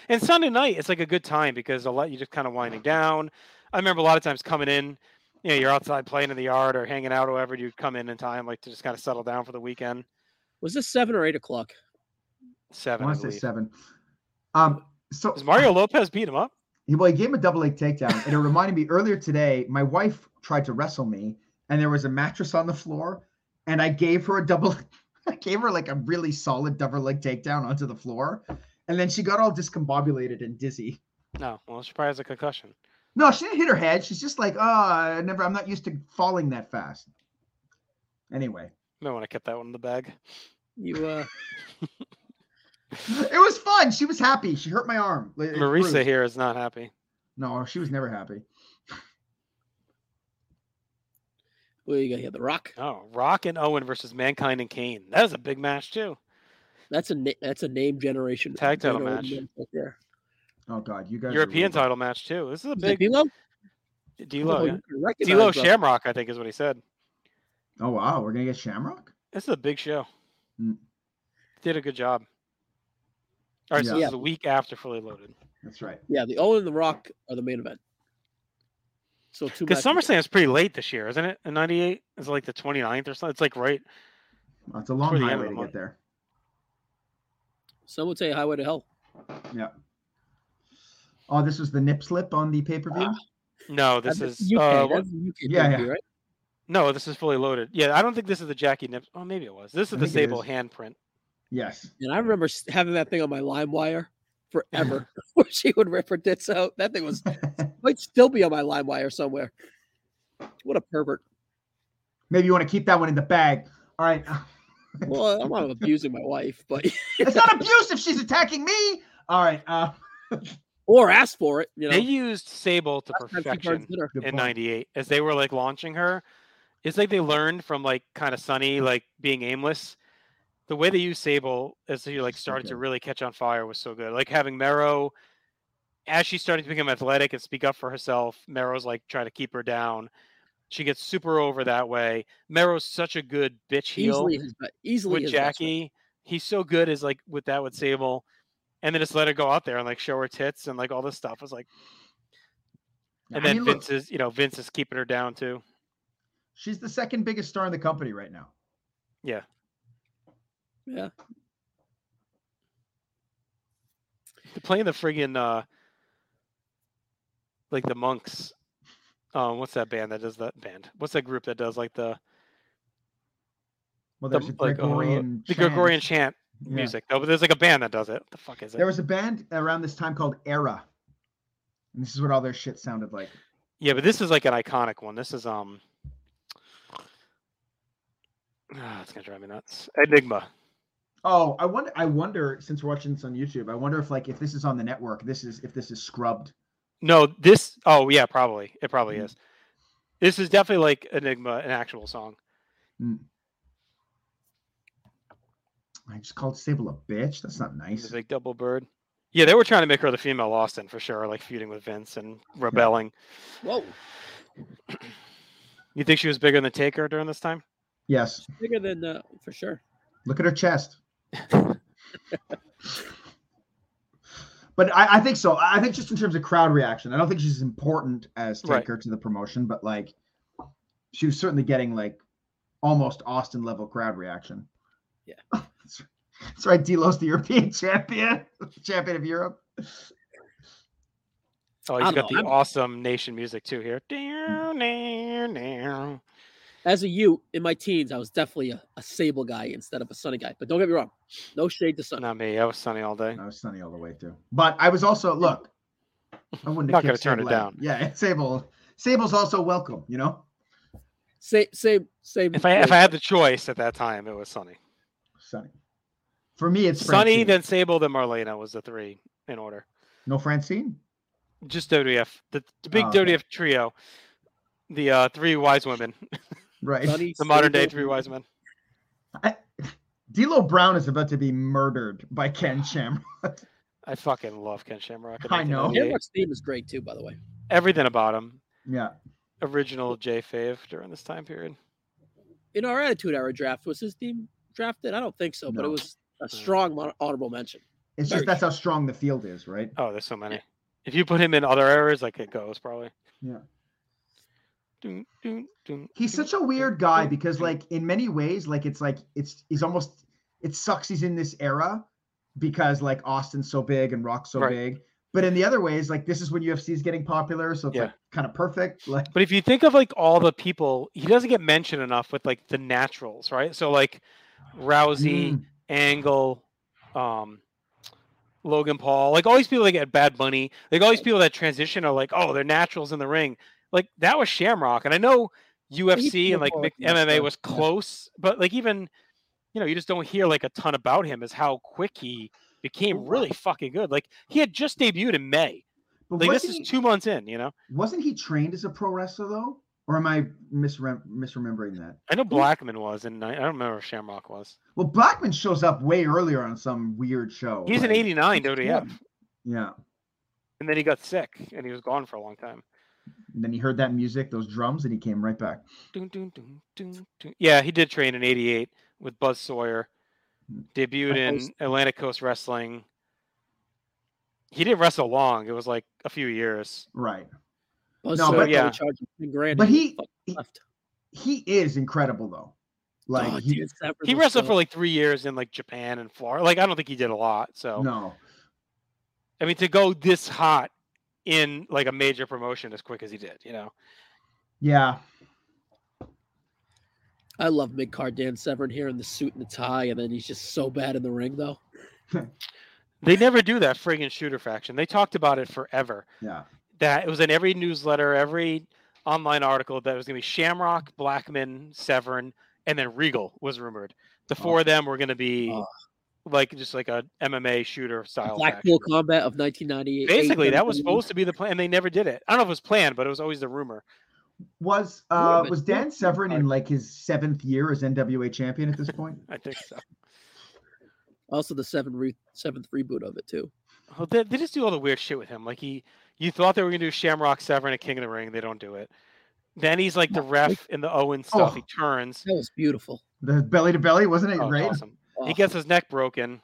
[SPEAKER 2] and Sunday night, it's like a good time because a lot you just kind of winding down. I remember a lot of times coming in, you know, you're outside playing in the yard or hanging out, or whatever. You'd come in in time, like to just kind of settle down for the weekend.
[SPEAKER 3] Was this seven or eight o'clock?
[SPEAKER 4] I
[SPEAKER 2] Seven, I
[SPEAKER 4] want to say
[SPEAKER 2] believe.
[SPEAKER 4] seven. Um. So
[SPEAKER 2] Does Mario Lopez beat him up?
[SPEAKER 4] He, well, he gave him a double leg takedown, and it reminded me earlier today. My wife tried to wrestle me, and there was a mattress on the floor, and I gave her a double. I gave her like a really solid double leg takedown onto the floor, and then she got all discombobulated and dizzy.
[SPEAKER 2] No. Well, she probably has a concussion.
[SPEAKER 4] No, she didn't hit her head. She's just like, oh, I never. I'm not used to falling that fast. Anyway,
[SPEAKER 2] Remember when I kept that one in the bag?
[SPEAKER 3] You uh
[SPEAKER 4] it was fun. She was happy. She hurt my arm. Like, it
[SPEAKER 2] Marisa
[SPEAKER 4] bruised.
[SPEAKER 2] here is not happy.
[SPEAKER 4] No, she was never happy.
[SPEAKER 3] well you got here the rock.
[SPEAKER 2] Oh, Rock and Owen versus Mankind and Kane. That is a big match too.
[SPEAKER 3] That's a na- that's a name generation
[SPEAKER 2] Tag title
[SPEAKER 3] winner
[SPEAKER 2] match.
[SPEAKER 3] right there.
[SPEAKER 4] Oh God, you guys. are
[SPEAKER 2] European
[SPEAKER 4] rude.
[SPEAKER 2] title match too. This is a
[SPEAKER 3] Is
[SPEAKER 2] big
[SPEAKER 3] it D'Lo? Oh,
[SPEAKER 2] D'Lo. yeah.
[SPEAKER 3] you can recognize
[SPEAKER 2] D'Lo
[SPEAKER 3] that.
[SPEAKER 2] Shamrock, I think, is what he said.
[SPEAKER 4] Oh wow, we're gonna get Shamrock.
[SPEAKER 2] This is a big show.
[SPEAKER 4] Mm.
[SPEAKER 2] Did a good job. All right, so
[SPEAKER 4] Yeah.
[SPEAKER 2] this is a week after Fully Loaded.
[SPEAKER 4] That's right.
[SPEAKER 3] Yeah, the Owen and the Rock are the main event. So two
[SPEAKER 2] Because
[SPEAKER 3] matches.
[SPEAKER 2] SummerSlam's pretty late this year, isn't it? In 98? It's like the 29th or something. It's like right.
[SPEAKER 4] Well, it's a long
[SPEAKER 2] Toward the end
[SPEAKER 4] highway
[SPEAKER 2] of
[SPEAKER 4] to
[SPEAKER 2] the
[SPEAKER 4] get there.
[SPEAKER 3] Some would say Highway to Hell.
[SPEAKER 4] Oh, this was the nip slip on the pay per view.
[SPEAKER 2] No, this
[SPEAKER 3] That's
[SPEAKER 2] is.
[SPEAKER 3] UK,
[SPEAKER 2] uh,
[SPEAKER 3] that's the UK
[SPEAKER 4] Yeah,
[SPEAKER 3] WWE,
[SPEAKER 4] yeah.
[SPEAKER 3] right?
[SPEAKER 2] no, this is fully loaded. Yeah, I don't think this is the Jackie Nips. Oh, maybe it was. This
[SPEAKER 4] I
[SPEAKER 2] is the
[SPEAKER 4] think it
[SPEAKER 2] Sable
[SPEAKER 4] is.
[SPEAKER 2] handprint.
[SPEAKER 4] yes.
[SPEAKER 3] And I remember s- having that thing on my LimeWire forever, where she would rip her tits out. That thing was might still be on my LimeWire somewhere. What a pervert!
[SPEAKER 4] Maybe you want to keep that one in the bag. All right.
[SPEAKER 3] Well, I'm not abusing my wife, but
[SPEAKER 4] it's not abuse if she's attacking me. All right. Uh,
[SPEAKER 3] or ask for it. You know,
[SPEAKER 2] They used Sable to
[SPEAKER 3] Last time she burns
[SPEAKER 2] perfection
[SPEAKER 3] dinner.
[SPEAKER 4] good
[SPEAKER 2] in
[SPEAKER 4] point.
[SPEAKER 2] '98 as they were like launching her. It's like they learned from like kind of Sunny like being aimless. The way they used Sable as she like
[SPEAKER 4] So
[SPEAKER 2] started to
[SPEAKER 4] good.
[SPEAKER 2] really catch on fire was so good. Like having Mero as she started to become athletic and speak up for herself, Mero's like trying to keep her down. She gets super over that way. Mero's such a good bitch heel
[SPEAKER 3] easily, his, be- easily
[SPEAKER 2] with
[SPEAKER 3] his best friend.
[SPEAKER 2] Jackie. He's so good as like with that with Sable, and then just let her go out there and like show her tits and like all this stuff. I was like, and
[SPEAKER 4] I
[SPEAKER 2] then
[SPEAKER 4] mean, look,
[SPEAKER 2] Vince is you know Vince is keeping her down too.
[SPEAKER 4] she's the second biggest star in the company right now.
[SPEAKER 3] Yeah,
[SPEAKER 2] They're playing the friggin' uh, like the monks. Um, what's that band that does that band? What's that group that does like the
[SPEAKER 4] Well,
[SPEAKER 2] The-
[SPEAKER 4] Oh, there's a
[SPEAKER 2] like, uh,
[SPEAKER 4] Gregorian.
[SPEAKER 2] the
[SPEAKER 4] chant.
[SPEAKER 2] Gregorian chant
[SPEAKER 4] Yeah.
[SPEAKER 2] music? No, but there's like a band that does it. What the fuck is it?
[SPEAKER 4] There was a band around this time called Era. And this is what all their shit sounded like.
[SPEAKER 2] Yeah, but this is like an iconic one. This is um, Ah, it's gonna drive me nuts. Enigma.
[SPEAKER 4] Oh, I wonder. I wonder. Since we're watching this on YouTube, I wonder if like if this is on the network. This is if this is scrubbed.
[SPEAKER 2] No, this. Oh yeah, probably. It probably
[SPEAKER 4] Mm.
[SPEAKER 2] is. This is definitely like Enigma, an actual song.
[SPEAKER 4] I just called Sable a bitch. That's not nice.
[SPEAKER 2] The big double bird. Yeah, they were trying to make her the female Austin for sure, like feuding with Vince and rebelling.
[SPEAKER 3] whoa,
[SPEAKER 2] You think she was bigger than Taker during this time?
[SPEAKER 4] Yes.
[SPEAKER 3] bigger than uh, for sure.
[SPEAKER 4] Look at her chest. but I, I think so. I I think just in terms of crowd reaction, I don't think she's as important as
[SPEAKER 2] Right.
[SPEAKER 4] Taker to the promotion, but like she was certainly getting like almost Austin level crowd reaction.
[SPEAKER 3] Yeah.
[SPEAKER 4] That's right- that's right. Delos, the European champion, champion of Europe.
[SPEAKER 2] Oh,
[SPEAKER 3] I
[SPEAKER 2] he's
[SPEAKER 3] don't
[SPEAKER 2] got
[SPEAKER 3] know,
[SPEAKER 2] the
[SPEAKER 3] I'm-
[SPEAKER 2] awesome nation music too here. Down, down, down.
[SPEAKER 3] As a you in my teens, I was definitely a, a Sable guy instead of a Sunny guy. But don't get me wrong, no shade to Sunny.
[SPEAKER 2] Not me. I was sunny all day.
[SPEAKER 4] I was sunny all the way through. But I was also look. I wouldn't
[SPEAKER 2] Not
[SPEAKER 4] have kicked
[SPEAKER 2] gonna turn it
[SPEAKER 4] Sable
[SPEAKER 2] down.
[SPEAKER 4] out. Yeah, Sable. Sable's also welcome. You know.
[SPEAKER 3] Same, same, same.
[SPEAKER 2] If I if
[SPEAKER 3] way.
[SPEAKER 2] I had the choice at that time, it was Sunny.
[SPEAKER 4] Sunny. For me, it's
[SPEAKER 2] Sunny,
[SPEAKER 4] Francine.
[SPEAKER 2] then Sable, then Marlena was the three in order.
[SPEAKER 4] no Francine.
[SPEAKER 2] Just WDF, the, the big
[SPEAKER 4] Oh, okay.
[SPEAKER 2] WDF trio, the uh, three wise women,
[SPEAKER 4] Right.
[SPEAKER 3] Sunny,
[SPEAKER 2] the modern day
[SPEAKER 3] Sable,
[SPEAKER 2] three wise men.
[SPEAKER 4] D'Lo Brown is about to be murdered by Ken Shamrock.
[SPEAKER 2] I fucking love Ken Shamrock. in
[SPEAKER 4] I know.
[SPEAKER 2] 1998.
[SPEAKER 3] Shamrock's theme is great too, by the way.
[SPEAKER 2] Everything about him,
[SPEAKER 4] Yeah.
[SPEAKER 2] original J Fave during this time period.
[SPEAKER 3] In our Attitude Era draft, was his theme drafted? I don't think so, but it
[SPEAKER 4] No.
[SPEAKER 3] was a
[SPEAKER 2] Hmm.
[SPEAKER 3] strong mon- honorable mention.
[SPEAKER 4] It's
[SPEAKER 3] Very
[SPEAKER 4] just that's how strong the field is, right?
[SPEAKER 2] Oh, there's so many. If you put him in other areas, like it goes probably.
[SPEAKER 4] Yeah.
[SPEAKER 2] Dun, dun, dun,
[SPEAKER 4] He's
[SPEAKER 2] dun.
[SPEAKER 4] such a weird guy because like in many ways, like it's like it's he's almost it sucks he's in this era because like Austin's so big and Rock's so
[SPEAKER 2] Right.
[SPEAKER 4] big. But in the other ways, like this is when UFC is getting popular, so it's
[SPEAKER 2] Yeah.
[SPEAKER 4] like kind of perfect. Like
[SPEAKER 2] But if you think of like all the people, he doesn't get mentioned enough with like the naturals, right? So like Rousey,
[SPEAKER 4] Mm,
[SPEAKER 2] Angle, um, Logan Paul, like all these people that get Bad Bunny, like all these people that transition are like, oh, they're naturals in the ring. Like that was Shamrock, and I know UFC and like
[SPEAKER 3] Shamrock
[SPEAKER 2] mixed
[SPEAKER 3] was,
[SPEAKER 2] MMA
[SPEAKER 3] uh,
[SPEAKER 2] was
[SPEAKER 3] yeah.
[SPEAKER 2] close, but like even you know you just don't hear like a ton about him is how quick he became really fucking good. Like he had just debuted in May.
[SPEAKER 4] but
[SPEAKER 2] Like this
[SPEAKER 4] wasn't
[SPEAKER 2] is
[SPEAKER 4] he-
[SPEAKER 2] two months in. You know,
[SPEAKER 4] wasn't he trained as a pro wrestler though? Or am I misrem- misremembering that?
[SPEAKER 2] I know Blackman was, and I I don't remember if Shamrock was.
[SPEAKER 4] Well, Blackman shows up way earlier on some weird show.
[SPEAKER 2] He's an
[SPEAKER 4] like-
[SPEAKER 2] '89 WDF,
[SPEAKER 4] Yeah.
[SPEAKER 2] and then he got sick, and he was gone for a long time.
[SPEAKER 4] And then he heard that music, those drums, and he came right back.
[SPEAKER 2] Dun, dun, dun, dun, dun. Yeah, he did train in '88 with Buzz Sawyer. Debuted
[SPEAKER 3] I
[SPEAKER 2] in
[SPEAKER 3] was-
[SPEAKER 2] Atlantic Coast Wrestling. he didn't wrestle long. It was like a few years.
[SPEAKER 4] Right.
[SPEAKER 3] Buzzsaw
[SPEAKER 4] No, but-
[SPEAKER 3] probably
[SPEAKER 2] yeah.
[SPEAKER 3] charged him 10 grand
[SPEAKER 4] But
[SPEAKER 3] and
[SPEAKER 4] he-
[SPEAKER 3] fucking
[SPEAKER 4] he-
[SPEAKER 3] left.
[SPEAKER 4] He is incredible though. Like
[SPEAKER 3] Oh,
[SPEAKER 4] he,
[SPEAKER 3] dude, Stafford
[SPEAKER 2] He
[SPEAKER 3] was
[SPEAKER 2] wrestled
[SPEAKER 3] so-
[SPEAKER 2] for like three years in like Japan and Florida. Like I don't think he did a lot. So
[SPEAKER 4] no.
[SPEAKER 2] I mean, to go this hot in like a major promotion as quick as he did, you know.
[SPEAKER 4] Yeah.
[SPEAKER 3] I love mid card Dan Severn here in the suit and the tie, and then he's just so bad in the ring though.
[SPEAKER 2] They never do that friggin' shooter faction. They talked about it forever.
[SPEAKER 4] Yeah.
[SPEAKER 2] That it was in every newsletter, every online article that it was going to be Shamrock, Blackman, Severn, and then Regal was rumored. The
[SPEAKER 4] Oh.
[SPEAKER 2] four of them were going to be
[SPEAKER 3] Oh.
[SPEAKER 2] like just like a MMA shooter style. faction.
[SPEAKER 3] Blackpool Combat of 1998.
[SPEAKER 2] Basically, that was supposed to be the plan, and they never did it. I don't know if it was planned, but it was always the rumor.
[SPEAKER 4] Was
[SPEAKER 3] Who
[SPEAKER 4] uh
[SPEAKER 3] would've
[SPEAKER 4] was
[SPEAKER 3] been-
[SPEAKER 4] Dan Severin in like his seventh year as NWA champion at this point?
[SPEAKER 2] I think so.
[SPEAKER 3] also the seventh re- seventh reboot of it too.
[SPEAKER 2] Oh, they, they just do all the weird shit with him. Like he, you thought they were gonna do Shamrock Severn and King of the Ring. They don't do it. Then he's like the ref in the Owen stuff. He turns.
[SPEAKER 3] That was beautiful.
[SPEAKER 4] The belly to belly, wasn't it?
[SPEAKER 2] Oh, it's
[SPEAKER 4] Right?
[SPEAKER 2] awesome.
[SPEAKER 3] Oh,
[SPEAKER 2] He gets his neck broken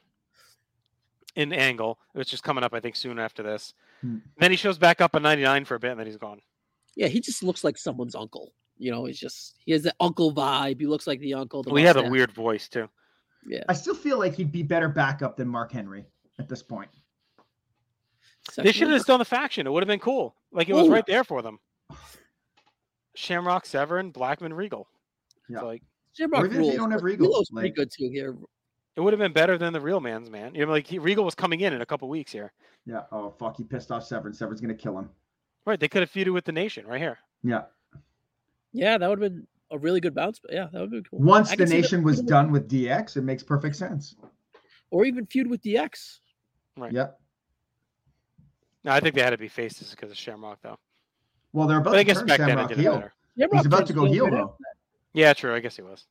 [SPEAKER 2] in Angle, which is coming up, I think, soon after this.
[SPEAKER 4] Hmm.
[SPEAKER 2] Then he shows back up in '99 for a bit, and then he's gone.
[SPEAKER 3] yeah, he just looks like someone's uncle. You know, he's just he has that uncle vibe. He looks like the uncle. the
[SPEAKER 2] Well, he had a
[SPEAKER 3] mustache.
[SPEAKER 2] weird voice too.
[SPEAKER 3] yeah.
[SPEAKER 4] I still feel like he'd be better backup than Mark Henry at this point.
[SPEAKER 2] They
[SPEAKER 3] sexual-
[SPEAKER 2] should have just done the faction. It would have been cool. Like it was
[SPEAKER 3] Ooh.
[SPEAKER 2] right there for them. Shamrock Severn, Blackman, Regal.
[SPEAKER 4] Yeah.
[SPEAKER 2] It's like
[SPEAKER 3] Shamrock
[SPEAKER 4] Or even if you
[SPEAKER 3] rules,
[SPEAKER 4] don't have
[SPEAKER 3] but
[SPEAKER 4] Regal,
[SPEAKER 3] Regal's pretty
[SPEAKER 4] like-
[SPEAKER 3] good too here.
[SPEAKER 2] it would have been better than the real man's man. You know, like he, Regal was coming in in a couple weeks here.
[SPEAKER 4] Yeah. Oh fuck, he pissed off Severin. Severin's gonna kill him.
[SPEAKER 2] Right, they could have feuded with the Nation right here.
[SPEAKER 4] Yeah.
[SPEAKER 3] Yeah, that would have been a really good bounce. But yeah, that would have been cool.
[SPEAKER 4] Once
[SPEAKER 3] I
[SPEAKER 4] the
[SPEAKER 3] can see them
[SPEAKER 4] nation was
[SPEAKER 3] feuding with-
[SPEAKER 4] done with DX, it makes perfect sense.
[SPEAKER 3] or even feud with DX.
[SPEAKER 2] Right.
[SPEAKER 4] Yep.
[SPEAKER 2] No, I think they had to be faces because of Shamrock though.
[SPEAKER 4] Well, they're about
[SPEAKER 2] But I
[SPEAKER 4] to
[SPEAKER 2] guess
[SPEAKER 4] turn
[SPEAKER 2] back then it
[SPEAKER 4] Shamrock
[SPEAKER 2] didn't
[SPEAKER 4] heel.
[SPEAKER 2] matter.
[SPEAKER 3] Shamrock
[SPEAKER 4] He's about
[SPEAKER 3] turns
[SPEAKER 4] to go heel
[SPEAKER 3] right after
[SPEAKER 4] though.
[SPEAKER 2] Yeah, true. I guess he was.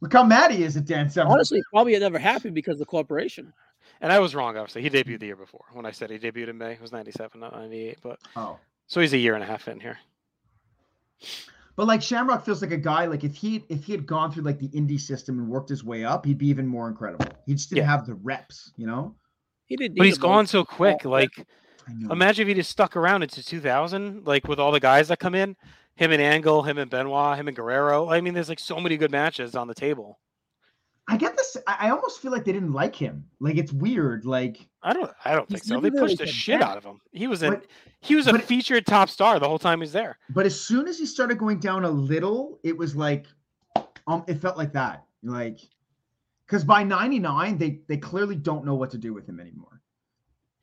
[SPEAKER 4] Look how mad he is at Dan
[SPEAKER 3] that.
[SPEAKER 4] Severn.
[SPEAKER 3] Honestly, it probably had never happened because of the corporation.
[SPEAKER 2] And I was wrong, obviously. He debuted the year before when I said he debuted in May. It was '97, not '98. But
[SPEAKER 4] Oh.
[SPEAKER 2] so he's a year and a half in here.
[SPEAKER 4] But like Shamrock feels like a guy like if he if he had gone through like the indie system and worked his way up, he'd be even more incredible. He just didn't
[SPEAKER 2] Yeah.
[SPEAKER 4] have the reps, you know.
[SPEAKER 3] He didn't.
[SPEAKER 2] But
[SPEAKER 3] need
[SPEAKER 2] he's
[SPEAKER 3] a mo-
[SPEAKER 2] gone so quick.
[SPEAKER 3] yeah.
[SPEAKER 2] Like
[SPEAKER 4] I know.
[SPEAKER 2] Imagine if he just stuck around into 2000, like with all the guys that come in, him and Angle, him and Benoit, him and Guerrero. I mean, there's like so many good matches on the table.
[SPEAKER 4] I get this. I I almost feel like they didn't like him. Like it's weird. Like
[SPEAKER 2] I don't, I don't
[SPEAKER 3] He's
[SPEAKER 2] think so. They
[SPEAKER 3] never really
[SPEAKER 2] pushed the
[SPEAKER 3] been
[SPEAKER 2] shit
[SPEAKER 3] back.
[SPEAKER 2] out of him. He was in,
[SPEAKER 4] But-
[SPEAKER 2] he was a
[SPEAKER 4] but-
[SPEAKER 2] featured top star the whole time he's there.
[SPEAKER 4] But as soon as he started going down a little, it was like, um, it felt like that, like, because by '99 they they clearly don't know what to do with him anymore,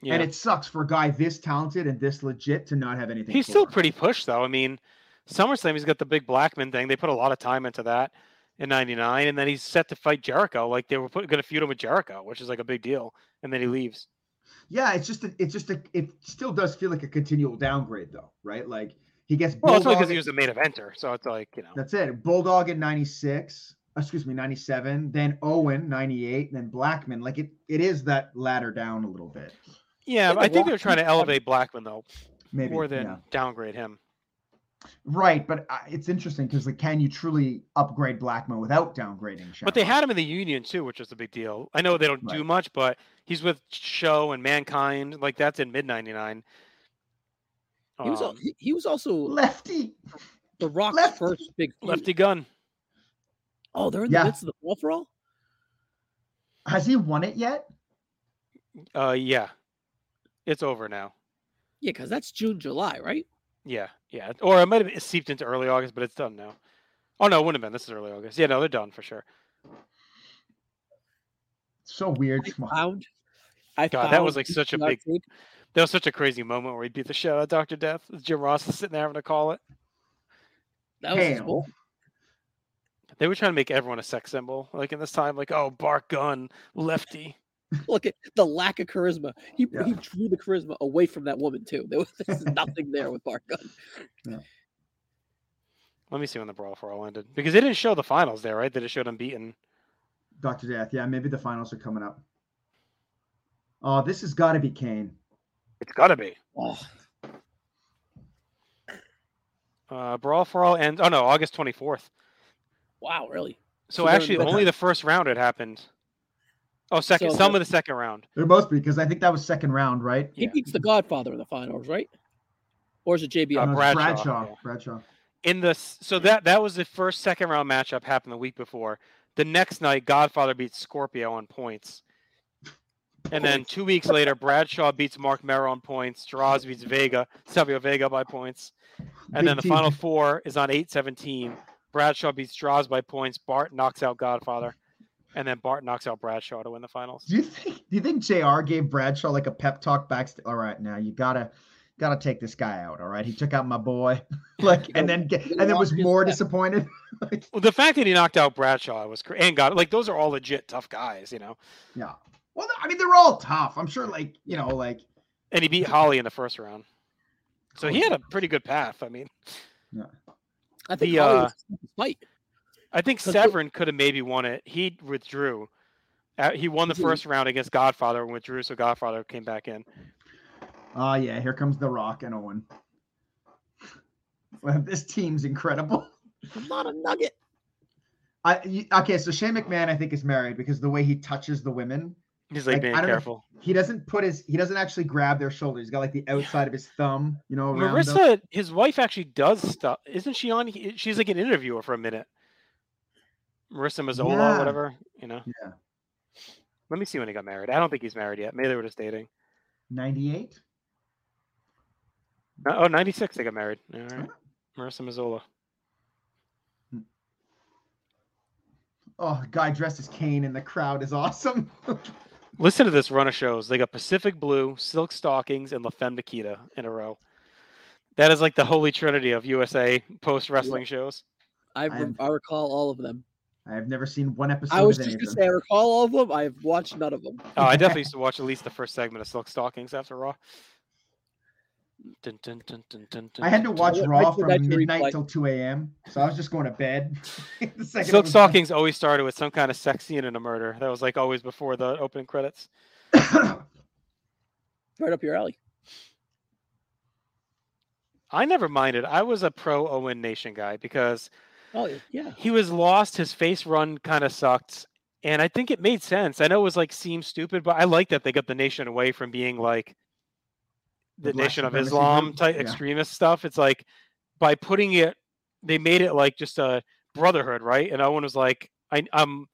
[SPEAKER 2] Yeah,
[SPEAKER 4] and it sucks for a guy this talented and this legit to not have anything.
[SPEAKER 2] he's still
[SPEAKER 4] for.
[SPEAKER 2] pretty pushed though. I mean, SummerSlam, he's got the big Blackman thing. They put a lot of time into that in '99, and then he's set to fight Jericho. Like they were going to feud him with Jericho, which is like a big deal. And then he leaves.
[SPEAKER 4] Yeah, it's just a, it's just a, it still does feel like a continual downgrade though, right? Like he gets
[SPEAKER 2] Well, it's only because
[SPEAKER 4] Bulldog
[SPEAKER 2] he
[SPEAKER 4] in-
[SPEAKER 2] was the main eventer, so it's like you know.
[SPEAKER 4] That's it. Bulldog in 96, excuse me, 97, then Owen 98, and then Blackman. Like it it is that ladder down a little bit.
[SPEAKER 2] Yeah,
[SPEAKER 3] Yeah,
[SPEAKER 2] but I
[SPEAKER 3] the
[SPEAKER 2] think they
[SPEAKER 3] Rock-
[SPEAKER 2] were trying to elevate Blackman though.
[SPEAKER 4] Maybe
[SPEAKER 2] more than
[SPEAKER 4] yeah.
[SPEAKER 2] downgrade him.
[SPEAKER 4] right, but uh, it's interesting because like can you truly upgrade Blackman without downgrading Shamrock?
[SPEAKER 2] But they had him in the union too, which was a big deal. I know they don't do
[SPEAKER 4] Right.
[SPEAKER 2] much, but he's with Show and Mankind. Like that's in mid '99.
[SPEAKER 3] He was, al-
[SPEAKER 2] Um,
[SPEAKER 3] he, he was also
[SPEAKER 4] Lefty.
[SPEAKER 3] The Rock's
[SPEAKER 4] left-
[SPEAKER 3] first big feud.
[SPEAKER 2] Lefty Gun.
[SPEAKER 3] Oh, they're in
[SPEAKER 4] Yeah.
[SPEAKER 3] the midst of the ball for all.
[SPEAKER 4] Has he won it yet?
[SPEAKER 2] Uh, yeah, it's over now.
[SPEAKER 3] Yeah, because that's June, July, right?
[SPEAKER 2] Yeah, yeah. Or it might have been- it seeped into early August, but it's done now. Oh no, it wouldn't have been. This is early August. Yeah, no, they're done for sure.
[SPEAKER 4] So weird.
[SPEAKER 3] I
[SPEAKER 4] Come on.
[SPEAKER 3] found. I
[SPEAKER 2] God, that was,
[SPEAKER 3] found
[SPEAKER 2] like,
[SPEAKER 3] this
[SPEAKER 2] such a
[SPEAKER 3] cannot
[SPEAKER 2] big-
[SPEAKER 3] take-
[SPEAKER 2] That was such a crazy moment where he beat the shit out of Doctor Death. Jim Ross was sitting there having to call it.
[SPEAKER 3] That was his
[SPEAKER 4] Damn.
[SPEAKER 3] goal.
[SPEAKER 2] They were trying to make everyone a sex symbol, like in this time, like oh, Bark Gun, Lefty.
[SPEAKER 3] Look at the lack of charisma. He,
[SPEAKER 4] Yeah.
[SPEAKER 3] he drew the charisma away from that woman too. There was there's nothing there with Bart Gunn.
[SPEAKER 2] Let me see when the brawl for all ended because they didn't show the finals there, right? They just showed them beaten.
[SPEAKER 4] Dr. Death. Yeah, maybe the finals are coming up. Oh, this has got to be Kane.
[SPEAKER 2] It's gotta be.
[SPEAKER 3] Oh,
[SPEAKER 2] Uh, brawl for all ends. Oh no, August twenty fourth.
[SPEAKER 3] wow, really?
[SPEAKER 2] So
[SPEAKER 3] So they're in
[SPEAKER 2] actually,
[SPEAKER 3] the-
[SPEAKER 2] only the first round had happened. Oh, second.
[SPEAKER 3] So-
[SPEAKER 2] some of the second round.
[SPEAKER 4] There must be because I think that was second round, right?
[SPEAKER 3] He
[SPEAKER 2] Yeah.
[SPEAKER 3] beats the Godfather in the finals, right? Or is it JBL?
[SPEAKER 2] Uh,
[SPEAKER 4] No, it's
[SPEAKER 2] Bradshaw,
[SPEAKER 4] Bradshaw.
[SPEAKER 2] yeah.
[SPEAKER 4] Bradshaw.
[SPEAKER 2] In the s- so that that was the first second round matchup happened the week before. The next night, Godfather beats Scorpio on points, and then two weeks later, Bradshaw beats Mark Mero on points. Jaraz beats Vega, Savio Vega by points, and
[SPEAKER 4] Big
[SPEAKER 2] then the
[SPEAKER 4] team.
[SPEAKER 2] final four is on eight seventeen. Bradshaw beats Jaraz by points. Bart knocks out Godfather, and then Bart knocks out Bradshaw to win the finals.
[SPEAKER 4] Do you think? Do you think Jr. gave Bradshaw like a pep talk back? All right, now you gotta, gotta take this guy out. All right, he took out my boy. like, and then get, and then was
[SPEAKER 3] Lost his
[SPEAKER 4] more
[SPEAKER 3] step.
[SPEAKER 4] disappointed.
[SPEAKER 2] Well, the fact that he knocked out Bradshaw was cra- and God like those are all legit tough guys, you know.
[SPEAKER 4] Yeah. Well, I mean, they're all tough. I'm sure, like you know, like
[SPEAKER 2] And he beat Holly in the first round, so he had a pretty good path. I mean,
[SPEAKER 3] I think
[SPEAKER 2] the,
[SPEAKER 3] Holly
[SPEAKER 2] uh,
[SPEAKER 3] was in the fight.
[SPEAKER 2] I think
[SPEAKER 3] Cause it-
[SPEAKER 2] Severin could have maybe won it. He withdrew. Uh, he won the
[SPEAKER 3] Mhm.
[SPEAKER 2] first round against Godfather and withdrew, so Godfather came back in.
[SPEAKER 4] Oh yeah, here comes The Rock and Owen. Well, this team's incredible.
[SPEAKER 3] I'm not a nugget.
[SPEAKER 4] I y- okay, so Shane McMahon I think is married because the way he touches the women,
[SPEAKER 2] He's like,
[SPEAKER 4] Like,
[SPEAKER 2] being
[SPEAKER 4] I don't know if
[SPEAKER 2] careful.
[SPEAKER 4] he doesn't put his he doesn't actually grab their shoulder. He's got like the outside of his thumb, you know. Around them.
[SPEAKER 2] Marissa, his wife actually does stuff. Isn't she on? he- She's like an interviewer for a minute. Marissa Mazzola,
[SPEAKER 4] Yeah.
[SPEAKER 2] whatever you know.
[SPEAKER 4] Yeah.
[SPEAKER 2] Let me see when he got married. I don't think he's married yet. Maybe they were just dating.
[SPEAKER 4] ninety-eight.
[SPEAKER 2] No- Oh, 96 they got married. All right. Marissa Mazzola.
[SPEAKER 4] Oh, guy dressed as Kane in the crowd is awesome.
[SPEAKER 2] Listen to this run of shows. They got Pacific Blue, Silk Stockings, and La Femme Nikita in a row. That is like the holy trinity of USA post wrestling shows.
[SPEAKER 3] I, re-
[SPEAKER 4] I'm-
[SPEAKER 3] I recall all of them.
[SPEAKER 4] I have never seen one episode.
[SPEAKER 3] I was
[SPEAKER 4] of
[SPEAKER 3] just
[SPEAKER 4] any
[SPEAKER 3] gonna
[SPEAKER 4] of
[SPEAKER 3] say
[SPEAKER 4] them.
[SPEAKER 3] I recall all of them. I have watched none of them.
[SPEAKER 2] Oh, I definitely used to watch at least the first segment of Silk Stockings after Raw. Dun, dun, dun, dun, dun, dun,
[SPEAKER 4] I had to
[SPEAKER 2] dun,
[SPEAKER 4] watch
[SPEAKER 3] I
[SPEAKER 4] Raw
[SPEAKER 3] did that
[SPEAKER 4] from
[SPEAKER 3] to
[SPEAKER 4] midnight
[SPEAKER 3] replay.
[SPEAKER 4] till two a.m. So I was just going to bed. The
[SPEAKER 2] dun.
[SPEAKER 4] second it
[SPEAKER 2] Silk
[SPEAKER 4] was done.
[SPEAKER 2] Stockings always started with some kind of sex scene and a murder. That was like always before the opening credits.
[SPEAKER 3] Right up your alley.
[SPEAKER 2] I never minded. I was a pro Owen Nation guy because
[SPEAKER 3] Oh yeah.
[SPEAKER 2] he was lost. His face run kind of sucked, and I think it made sense. I know it was like seemed stupid, but I like that they got the nation away from being like
[SPEAKER 4] The
[SPEAKER 2] the
[SPEAKER 4] black
[SPEAKER 2] nation of
[SPEAKER 4] supremacy
[SPEAKER 2] Islam
[SPEAKER 4] group?
[SPEAKER 2] type
[SPEAKER 4] Yeah.
[SPEAKER 2] extremist stuff. It's like by putting it, they made it like just a brotherhood, right? And Owen was like, I, "I'm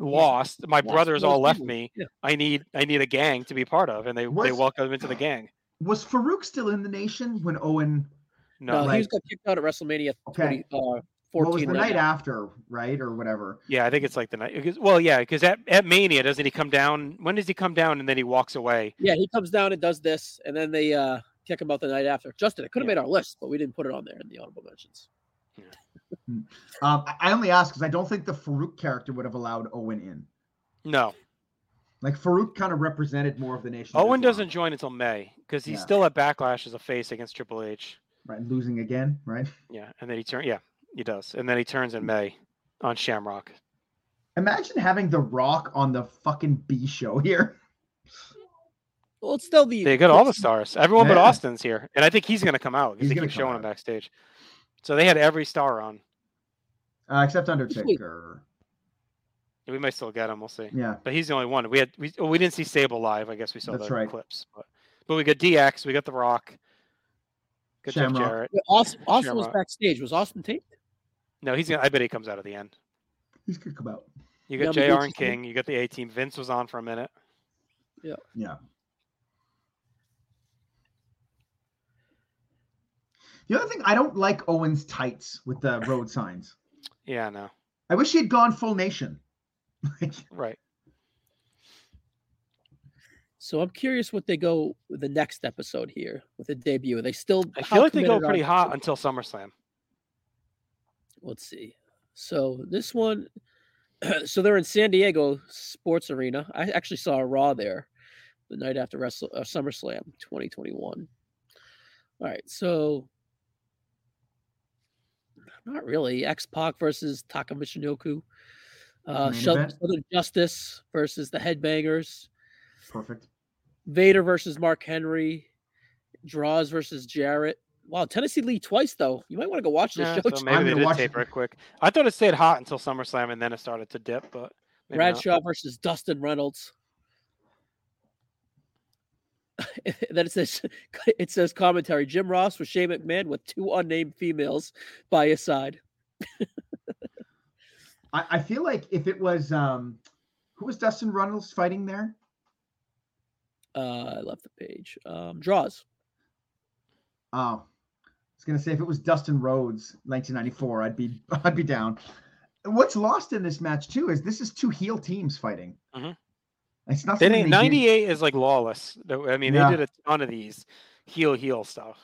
[SPEAKER 2] lost. My
[SPEAKER 3] Lost
[SPEAKER 2] brothers
[SPEAKER 3] those
[SPEAKER 2] all left
[SPEAKER 3] people.
[SPEAKER 2] me.
[SPEAKER 3] Yeah.
[SPEAKER 2] I need I need a gang to be part of." And they they
[SPEAKER 4] Was-
[SPEAKER 2] welcomed him into the gang.
[SPEAKER 4] was Farouk still in the nation when Owen?
[SPEAKER 3] No,
[SPEAKER 2] No,
[SPEAKER 3] Uh, he was
[SPEAKER 4] like-
[SPEAKER 3] got kicked out at WrestleMania
[SPEAKER 4] Okay.
[SPEAKER 3] 20, uh,
[SPEAKER 4] Well, it was
[SPEAKER 3] 14.
[SPEAKER 4] the
[SPEAKER 3] right
[SPEAKER 4] night
[SPEAKER 3] now.
[SPEAKER 4] after, right, or whatever.
[SPEAKER 2] Yeah, I think it's like the night. Because, well, yeah, because at, at Mania, doesn't he come down? When does he come down and then he walks away?
[SPEAKER 3] Yeah, he comes down and does this, and then they uh, kick him out the night after. Justin, it could have
[SPEAKER 2] Yeah.
[SPEAKER 3] made our list, but we didn't put it on there in the honorable mentions.
[SPEAKER 4] Um, I- I only ask because I don't think the Farouk character would have allowed Owen in.
[SPEAKER 2] No,
[SPEAKER 4] Like Farouk kind of represented more of the nation. of
[SPEAKER 2] Owen
[SPEAKER 4] Islam,
[SPEAKER 2] doesn't join until May because he's
[SPEAKER 4] Yeah.
[SPEAKER 2] still at Backlash as a face against Triple H.
[SPEAKER 4] right losing again, right?
[SPEAKER 2] Yeah, and then he turns. Yeah, he does, and then he turns in May on Shamrock.
[SPEAKER 4] Imagine having The Rock on the fucking B show here.
[SPEAKER 3] Well, it's still the
[SPEAKER 2] They got all the
[SPEAKER 3] it's-
[SPEAKER 2] stars. Everyone but
[SPEAKER 4] Yeah.
[SPEAKER 2] Austin's here, and I think he's gonna come out
[SPEAKER 4] He's
[SPEAKER 2] because they
[SPEAKER 4] gonna
[SPEAKER 2] keep
[SPEAKER 4] come
[SPEAKER 2] showing him
[SPEAKER 4] out.
[SPEAKER 2] backstage. So they had every star on.
[SPEAKER 4] Uh, except Undertaker.
[SPEAKER 2] We might still get him. We'll see.
[SPEAKER 4] Yeah.
[SPEAKER 2] But he's the only one. We had we oh, we didn't see Sable live. I guess we saw
[SPEAKER 4] That's
[SPEAKER 2] the
[SPEAKER 4] right.
[SPEAKER 2] clips, but but we got DX, we got The Rock, got Jeff
[SPEAKER 4] Shamrock.
[SPEAKER 2] Jarrett.
[SPEAKER 3] Yeah, Austin, Austin was
[SPEAKER 2] Shamrock.
[SPEAKER 3] backstage. Was Austin taped?
[SPEAKER 2] No, he's gonna. I bet he comes out at the end.
[SPEAKER 4] He's gonna come out.
[SPEAKER 2] You
[SPEAKER 3] Yeah,
[SPEAKER 2] got Jr.
[SPEAKER 3] but it's
[SPEAKER 2] and
[SPEAKER 3] just like-
[SPEAKER 2] King. You got the A team. Vince was on for a minute.
[SPEAKER 4] Yeah. The other thing, I don't like Owen's tights with the road signs.
[SPEAKER 2] Yeah, no,
[SPEAKER 4] I wish he had gone full nation. Like,
[SPEAKER 2] right.
[SPEAKER 3] So I'm curious what they go with the next episode here with the debut. Are they still?
[SPEAKER 2] I
[SPEAKER 3] how
[SPEAKER 2] feel like they go
[SPEAKER 3] committed are
[SPEAKER 2] pretty hot until SummerSlam.
[SPEAKER 3] Let's see. So this one, so they're in San Diego Sports Arena. I actually saw a Raw there the night after Wrestle uh, SummerSlam 2021. All right, so not really. X Pac versus Taka Michinoku. Uh,
[SPEAKER 4] Main
[SPEAKER 3] Shel-
[SPEAKER 4] event?
[SPEAKER 3] Southern Justice versus the Headbangers.
[SPEAKER 4] perfect.
[SPEAKER 3] Vader versus Mark Henry, Draws versus Jarrett. Wow, Tennessee Lee twice though. You might want to go watch this
[SPEAKER 2] Yeah,
[SPEAKER 3] show.
[SPEAKER 2] so
[SPEAKER 3] Chad.
[SPEAKER 4] I'm
[SPEAKER 2] maybe they
[SPEAKER 4] gonna
[SPEAKER 2] did
[SPEAKER 4] watch
[SPEAKER 2] taper
[SPEAKER 4] it.
[SPEAKER 2] it quick. I thought it stayed hot until SummerSlam and then it started to dip, but maybe not.
[SPEAKER 3] Bradshaw versus Dustin Reynolds. then it says it says commentary. Jim Ross was Shane McMahon with two unnamed females by his side.
[SPEAKER 4] I, I feel like if it was um, who was Dustin Runnels fighting there?
[SPEAKER 3] Uh, I left the page. Um, draws.
[SPEAKER 4] Oh, I was gonna say if it was Dustin Rhodes, 1994, I'd be I'd be down. And What's lost in this match too is this is two heel teams fighting.
[SPEAKER 2] Mhm.
[SPEAKER 4] It's not
[SPEAKER 2] They
[SPEAKER 4] something
[SPEAKER 2] didn't,
[SPEAKER 4] they do-
[SPEAKER 2] 98 is like lawless. Though, I mean,
[SPEAKER 4] Yeah.
[SPEAKER 2] they did a ton of these heel heel stuff.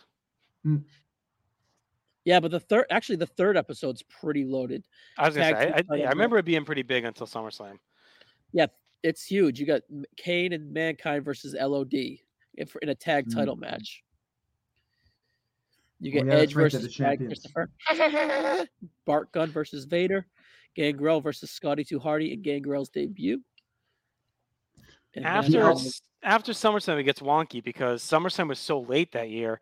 [SPEAKER 3] Yeah, but the third actually the third episode's pretty loaded.
[SPEAKER 2] I was gonna
[SPEAKER 3] Tag
[SPEAKER 2] say,
[SPEAKER 3] team
[SPEAKER 2] I, I,
[SPEAKER 3] title
[SPEAKER 2] I remember it being pretty big until SummerSlam.
[SPEAKER 3] It's huge. You got M- Kane and Mankind versus LOD in for- in a tag
[SPEAKER 4] Mm.
[SPEAKER 3] title match. You
[SPEAKER 4] Oh,
[SPEAKER 3] get
[SPEAKER 4] yeah, that's
[SPEAKER 3] Edge
[SPEAKER 4] right, they're the
[SPEAKER 3] versus Brad
[SPEAKER 4] champions.
[SPEAKER 3] Christopher, Bart Gunn versus Vader, Gangrel versus Scotty Too Hardy in Gangrel's debut. And then um,
[SPEAKER 2] After
[SPEAKER 3] all-
[SPEAKER 2] s- after SummerSlam, it gets wonky because SummerSlam was so late that year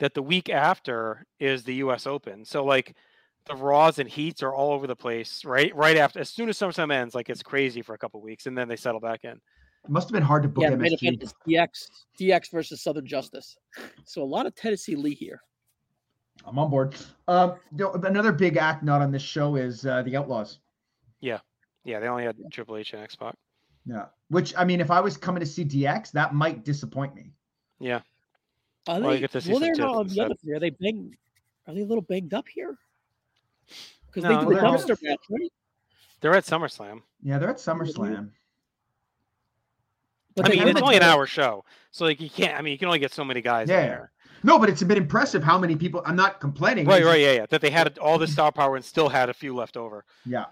[SPEAKER 2] that the week after is the U.S. Open. So like the Raws and Heats are all over the place. Right, right after as soon as SummerSlam ends, like it's crazy for a couple weeks, and then they settle back in.
[SPEAKER 4] It must have been hard to book
[SPEAKER 3] yeah, the main event
[SPEAKER 4] MSG.
[SPEAKER 3] is DX DX versus Southern Justice. So a lot of Tennessee Lee here.
[SPEAKER 4] I'm on board. Um, no, another big act not on this show is uh, the Outlaws.
[SPEAKER 2] Yeah, they only had Triple H and X Pac.
[SPEAKER 4] Yeah, which I mean, if I was coming to see DX, that might disappoint me.
[SPEAKER 2] Yeah,
[SPEAKER 3] Are
[SPEAKER 2] Well, you
[SPEAKER 3] they,
[SPEAKER 2] get to see
[SPEAKER 3] well,
[SPEAKER 2] some
[SPEAKER 3] they're not
[SPEAKER 2] tits
[SPEAKER 3] on the
[SPEAKER 2] instead.
[SPEAKER 3] other three. Are they bang, Are they a little banged up here? Because
[SPEAKER 2] No,
[SPEAKER 3] they did the
[SPEAKER 4] they're not.
[SPEAKER 3] dumpster match, right?
[SPEAKER 2] they're at SummerSlam.
[SPEAKER 4] Yeah, they're at SummerSlam.
[SPEAKER 3] But
[SPEAKER 2] I mean,
[SPEAKER 3] they did
[SPEAKER 4] haven't
[SPEAKER 2] it's
[SPEAKER 3] the
[SPEAKER 2] only an
[SPEAKER 3] dumpster-
[SPEAKER 2] hour show, so like you can't. I mean, you can only get so many guys
[SPEAKER 4] Yeah.
[SPEAKER 2] in there.
[SPEAKER 4] No, but it's a bit impressive how many people. I'm not complaining.
[SPEAKER 2] Right,
[SPEAKER 4] it's
[SPEAKER 2] right, yeah, yeah. That they had all this star power and still had a few left over.
[SPEAKER 4] Yeah.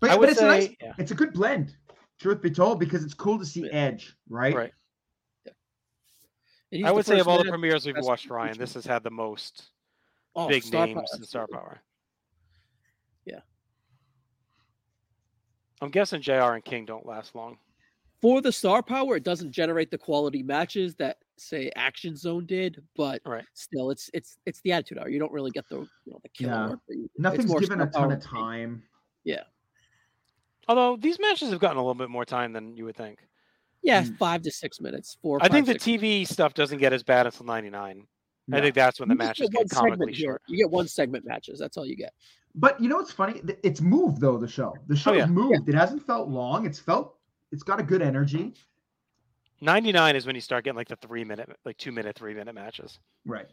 [SPEAKER 4] But,
[SPEAKER 2] I
[SPEAKER 4] but
[SPEAKER 2] would
[SPEAKER 4] it's
[SPEAKER 2] say,
[SPEAKER 4] a nice,
[SPEAKER 2] yeah.
[SPEAKER 4] it's a good blend, truth be told, because it's cool to see
[SPEAKER 3] Yeah.
[SPEAKER 4] Edge, right?
[SPEAKER 2] Right.
[SPEAKER 3] and he's
[SPEAKER 2] I
[SPEAKER 3] the
[SPEAKER 2] would say of
[SPEAKER 3] first
[SPEAKER 2] all the
[SPEAKER 3] man-
[SPEAKER 2] premieres we've
[SPEAKER 3] best
[SPEAKER 2] watched, Ryan,
[SPEAKER 3] feature.
[SPEAKER 2] this has had the most
[SPEAKER 3] oh,
[SPEAKER 2] big
[SPEAKER 3] star
[SPEAKER 2] names
[SPEAKER 3] power,
[SPEAKER 2] and star
[SPEAKER 3] absolutely.
[SPEAKER 2] power.
[SPEAKER 3] Yeah.
[SPEAKER 2] I'm guessing Jr. and King don't last long.
[SPEAKER 3] For the star power, it doesn't generate the quality matches that say Action Zone did, but
[SPEAKER 2] Right.
[SPEAKER 3] still, it's it's it's the attitude hour. You don't really get the you know the killer.
[SPEAKER 4] Yeah.
[SPEAKER 3] work, but you- it's
[SPEAKER 4] Nothing's
[SPEAKER 3] more
[SPEAKER 4] given a
[SPEAKER 3] star
[SPEAKER 4] ton
[SPEAKER 3] power.
[SPEAKER 4] of time.
[SPEAKER 2] Although these matches have gotten a little bit more time than you would think.
[SPEAKER 3] Yeah,
[SPEAKER 4] Mm.
[SPEAKER 3] five to six minutes. Four.
[SPEAKER 2] I think
[SPEAKER 3] five,
[SPEAKER 2] the
[SPEAKER 3] six
[SPEAKER 2] TV stuff doesn't get as bad until '99. I
[SPEAKER 4] Yeah.
[SPEAKER 2] think that's when the
[SPEAKER 3] You just
[SPEAKER 2] matches
[SPEAKER 3] get one
[SPEAKER 2] get comically
[SPEAKER 3] segment here.
[SPEAKER 2] short.
[SPEAKER 3] You get one segment matches. That's all you get.
[SPEAKER 4] But you know what's funny? Th- It's moved though. The show, the show's
[SPEAKER 2] Oh, yeah.
[SPEAKER 4] moved. It hasn't felt long. It's felt. It's got a good energy.
[SPEAKER 2] '99 is when you start getting like the three minute, like two minute, three minute matches.
[SPEAKER 4] Right.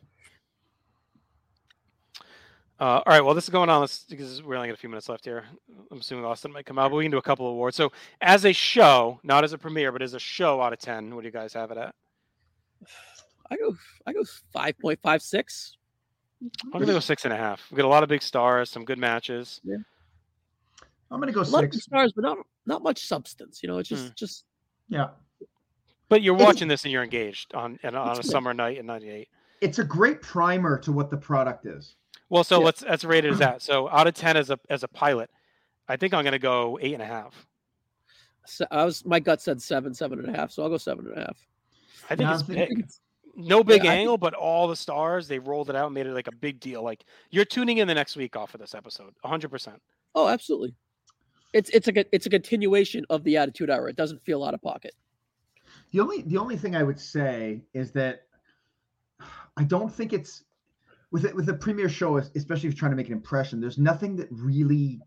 [SPEAKER 2] Uh, all right. Well, this is going on let's, because we only got a few minutes left here. I'm assuming Austin might come out, but we can do a couple of awards. So, as a show, not as a premiere, but as a show out of 10, what do you guys have it at?
[SPEAKER 3] I go I go five point five six.
[SPEAKER 2] I'm going to go six and a half. We got a lot of big stars, some good matches.
[SPEAKER 4] I'm gonna go
[SPEAKER 3] A lot of
[SPEAKER 4] six.
[SPEAKER 3] stars, but not not much substance. You know,
[SPEAKER 2] Hmm.
[SPEAKER 3] it's just just
[SPEAKER 4] Yeah.
[SPEAKER 2] But you're
[SPEAKER 3] It is-
[SPEAKER 2] watching this and you're engaged on and on
[SPEAKER 3] It's
[SPEAKER 2] a
[SPEAKER 3] good.
[SPEAKER 2] summer night in '98.
[SPEAKER 4] It's a great primer to what the product is.
[SPEAKER 2] Well, so
[SPEAKER 3] Yeah.
[SPEAKER 2] let's that's rated as that. So, out of 10 as a as a pilot, I think I'm going to go eight and a half.
[SPEAKER 3] se- I was my gut said seven seven and a half, so I'll go seven and a half.
[SPEAKER 2] I think
[SPEAKER 4] Yeah,
[SPEAKER 2] it's
[SPEAKER 4] I think
[SPEAKER 2] big. no big
[SPEAKER 3] I think-
[SPEAKER 2] angle, but all the stars they rolled it out and made it like a big deal. Like you're tuning in the next week off of this episode, 100. percent
[SPEAKER 3] Oh, absolutely. It's it's a good- it's a continuation of the Attitude Hour. It doesn't feel out of pocket.
[SPEAKER 4] The only the only thing I would say is that I don't think it's with it with a premiere show, es- especially if you're trying to make an impression. There's nothing that really.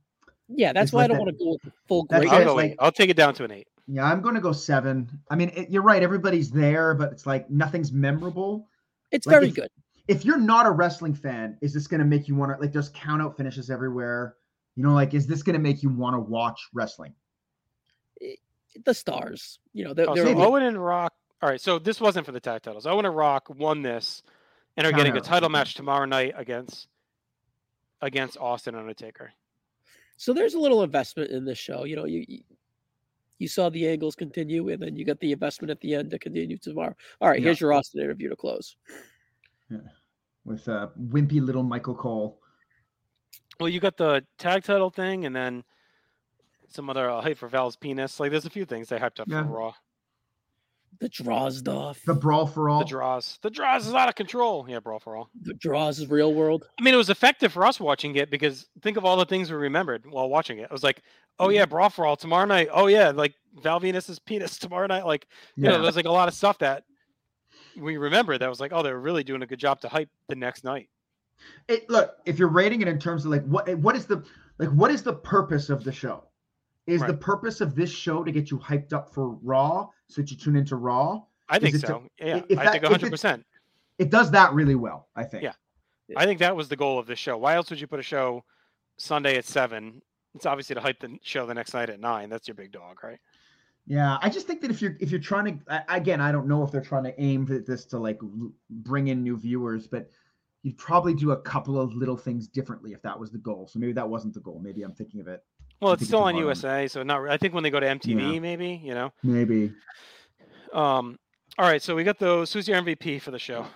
[SPEAKER 3] Yeah, that's
[SPEAKER 4] It's
[SPEAKER 3] why I
[SPEAKER 4] like
[SPEAKER 3] don't
[SPEAKER 4] that-
[SPEAKER 3] want to go with the full
[SPEAKER 4] that's
[SPEAKER 3] grade.
[SPEAKER 2] I'll
[SPEAKER 4] it.
[SPEAKER 3] list.
[SPEAKER 2] go
[SPEAKER 4] like-
[SPEAKER 2] eight. I'll take it down to an eight.
[SPEAKER 4] Yeah, I'm gonna go seven. I mean, it, you're right. Everybody's there, but it's like nothing's memorable.
[SPEAKER 3] It's
[SPEAKER 4] like
[SPEAKER 3] very
[SPEAKER 4] if-
[SPEAKER 3] good.
[SPEAKER 4] If you're not a wrestling fan, is this gonna make you want to like? There's count out finishes everywhere. You know, like, is this gonna make you want to watch wrestling?
[SPEAKER 3] The stars, you know, they're,
[SPEAKER 2] Oh,
[SPEAKER 3] they're
[SPEAKER 2] so
[SPEAKER 4] maybe.
[SPEAKER 2] Owen and Rock. All right, so this wasn't for the tag titles. Owen and Rock won this, and are getting a
[SPEAKER 4] Countout,
[SPEAKER 2] title
[SPEAKER 4] okay.
[SPEAKER 2] match tomorrow night against against Austin and Undertaker.
[SPEAKER 3] so there's a little investment in this show. You know, you you- you saw the angles continue, and then you got the investment at the end to continue tomorrow. All right,
[SPEAKER 4] Yeah.
[SPEAKER 3] here's your Austin interview to close.
[SPEAKER 4] With uh, wimpy little Michael Cole.
[SPEAKER 2] Well, you got the tag title thing, and then some other uh, hype for Val's penis. Like there's a few things they hyped up
[SPEAKER 4] Yeah.
[SPEAKER 2] for Raw.
[SPEAKER 3] The draws off.
[SPEAKER 4] The brawl for all.
[SPEAKER 2] The draws. The draws is out of control. Yeah, brawl for all.
[SPEAKER 3] The draws is real world.
[SPEAKER 2] I mean, it was effective for us watching it because think of all the things we remembered while watching it. I was like, oh yeah, brawl for all tomorrow night. Oh yeah, like Val Venus's penis tomorrow night. Like, you know, there's like a lot of stuff that we remember that was like, oh, they're really doing a good job to hype the next night.
[SPEAKER 4] It, look, if you're rating it in terms of like what what is the like what is the purpose of the show? Is
[SPEAKER 2] Right.
[SPEAKER 4] the purpose of this show to get you hyped up for Raw so that you tune into Raw?
[SPEAKER 2] I think
[SPEAKER 4] it to-
[SPEAKER 2] so. yeah,
[SPEAKER 4] if
[SPEAKER 2] I
[SPEAKER 4] that-
[SPEAKER 2] think
[SPEAKER 4] if it's-
[SPEAKER 2] 100. percent
[SPEAKER 4] It does that really well, I think.
[SPEAKER 2] Yeah. I think that was the goal of this show. Why else would you put a show Sunday at seven? It's obviously to hype the show the next night at nine. That's your big dog, right?
[SPEAKER 4] Yeah, I just think that if you're if you're trying to I- again, I don't know if they're trying to aim at this to like l- bring in new viewers, but you'd probably do a couple of little things differently if that was the goal. So maybe that wasn't the goal. Maybe I'm thinking of it.
[SPEAKER 2] Well,
[SPEAKER 4] I
[SPEAKER 2] it's
[SPEAKER 4] think
[SPEAKER 2] still on
[SPEAKER 4] it's a lot of
[SPEAKER 2] USA, so not. re- I think when they go to MTV, maybe you know.
[SPEAKER 4] Maybe.
[SPEAKER 2] Um, all right, so we got those. Who's your MVP for the show?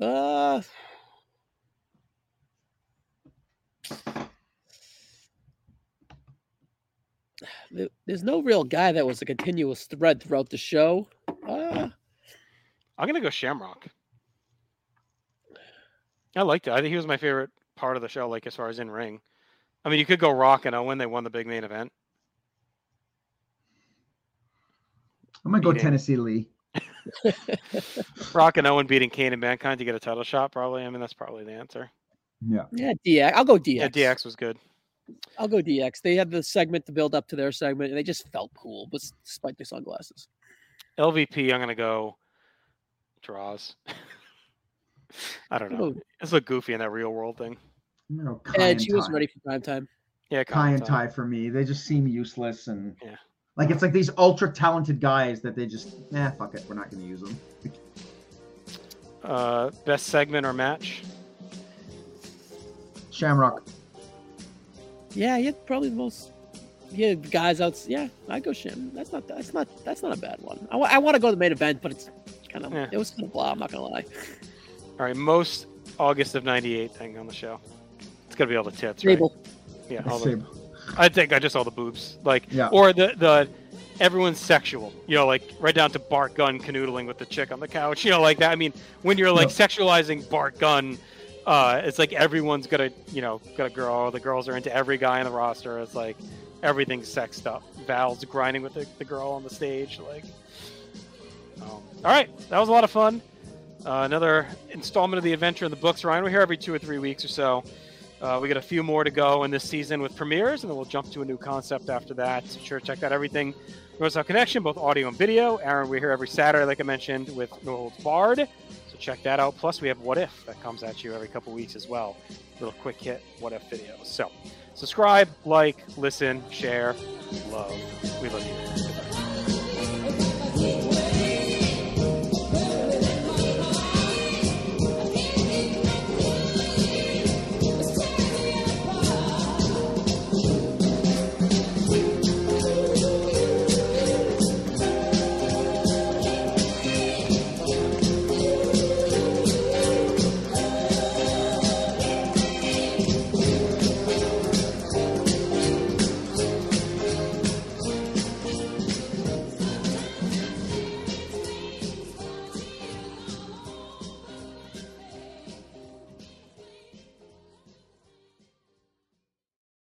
[SPEAKER 3] Uh, th- there's no real guy that was a continuous thread throughout the show. Uh,
[SPEAKER 2] I'm gonna go Shamrock. I liked it. I think he was my favorite part of the show, like as far as in ring. I mean, you could go Rock and Owen. They won the big main event.
[SPEAKER 4] I'm gonna go
[SPEAKER 2] Beating.
[SPEAKER 4] Tennessee Lee.
[SPEAKER 2] Rock and Owen beating Kane and Mankind to get a title shot. Probably. I mean, that's probably the answer.
[SPEAKER 4] Yeah.
[SPEAKER 3] yeah, DX. I'll go DX.
[SPEAKER 2] Yeah, DX was good.
[SPEAKER 3] I'll go DX. They had the segment to build up to their segment, and they just felt cool, but s- despite their sunglasses.
[SPEAKER 2] LVP. I'm gonna go draws. I don't
[SPEAKER 3] I'll
[SPEAKER 2] know.
[SPEAKER 3] go-
[SPEAKER 2] It's look goofy in that real world thing.
[SPEAKER 4] I'm gonna go Kai
[SPEAKER 3] and
[SPEAKER 4] and
[SPEAKER 3] she was
[SPEAKER 4] Ty.
[SPEAKER 3] ready for prime time.
[SPEAKER 2] Yeah,
[SPEAKER 4] Kai
[SPEAKER 2] Colin
[SPEAKER 4] and
[SPEAKER 2] Tom.
[SPEAKER 4] Ty for me. They just seem useless and
[SPEAKER 2] Yeah.
[SPEAKER 4] like it's like these ultra talented guys that they just nah fuck it, we're not gonna use them.
[SPEAKER 2] Uh, best segment or match?
[SPEAKER 4] Shamrock.
[SPEAKER 3] Yeah, he had probably the most. Yeah, guys out. Yeah, I go Shim. That's not. That's not. That's not a bad one. I, wa- I want to go to the main event, but it's kind of.
[SPEAKER 2] Yeah.
[SPEAKER 3] It was kind of blah. I'm not gonna lie.
[SPEAKER 2] All right, most August of '98 thing on the show. It's gonna be all the tits, right?
[SPEAKER 3] Sable.
[SPEAKER 2] Yeah, all the,
[SPEAKER 4] Sable.
[SPEAKER 2] I think I just all the boobs, like,
[SPEAKER 4] Yeah.
[SPEAKER 2] or the the everyone's sexual, you know, like right down to Bart Gunn canoodling with the chick on the couch, you know, like that. I mean, when you're like sexualizing Bart Gunn, uh, it's like everyone's gonna, you know, got a girl. The girls are into every guy on the roster. It's like everything's sexed up. Val's grinding with the, the girl on the stage, like. Um, all right, that was a lot of fun. Uh, another installment of the adventure in the books, Ryan. We're here every two or three weeks or so. Uh, we got a few more to go in this season with premieres, and then we'll jump to a new concept after that. So sure, to check out everything. Northside Connection, both audio and video. Aaron, we're here every Saturday, like I mentioned, with No Holds Barred. So check that out. Plus, we have What If that comes at you every couple weeks as well. Little quick hit What If videos. So subscribe, like, listen, share, love. We love you. Goodbye.
[SPEAKER 5] Thank you.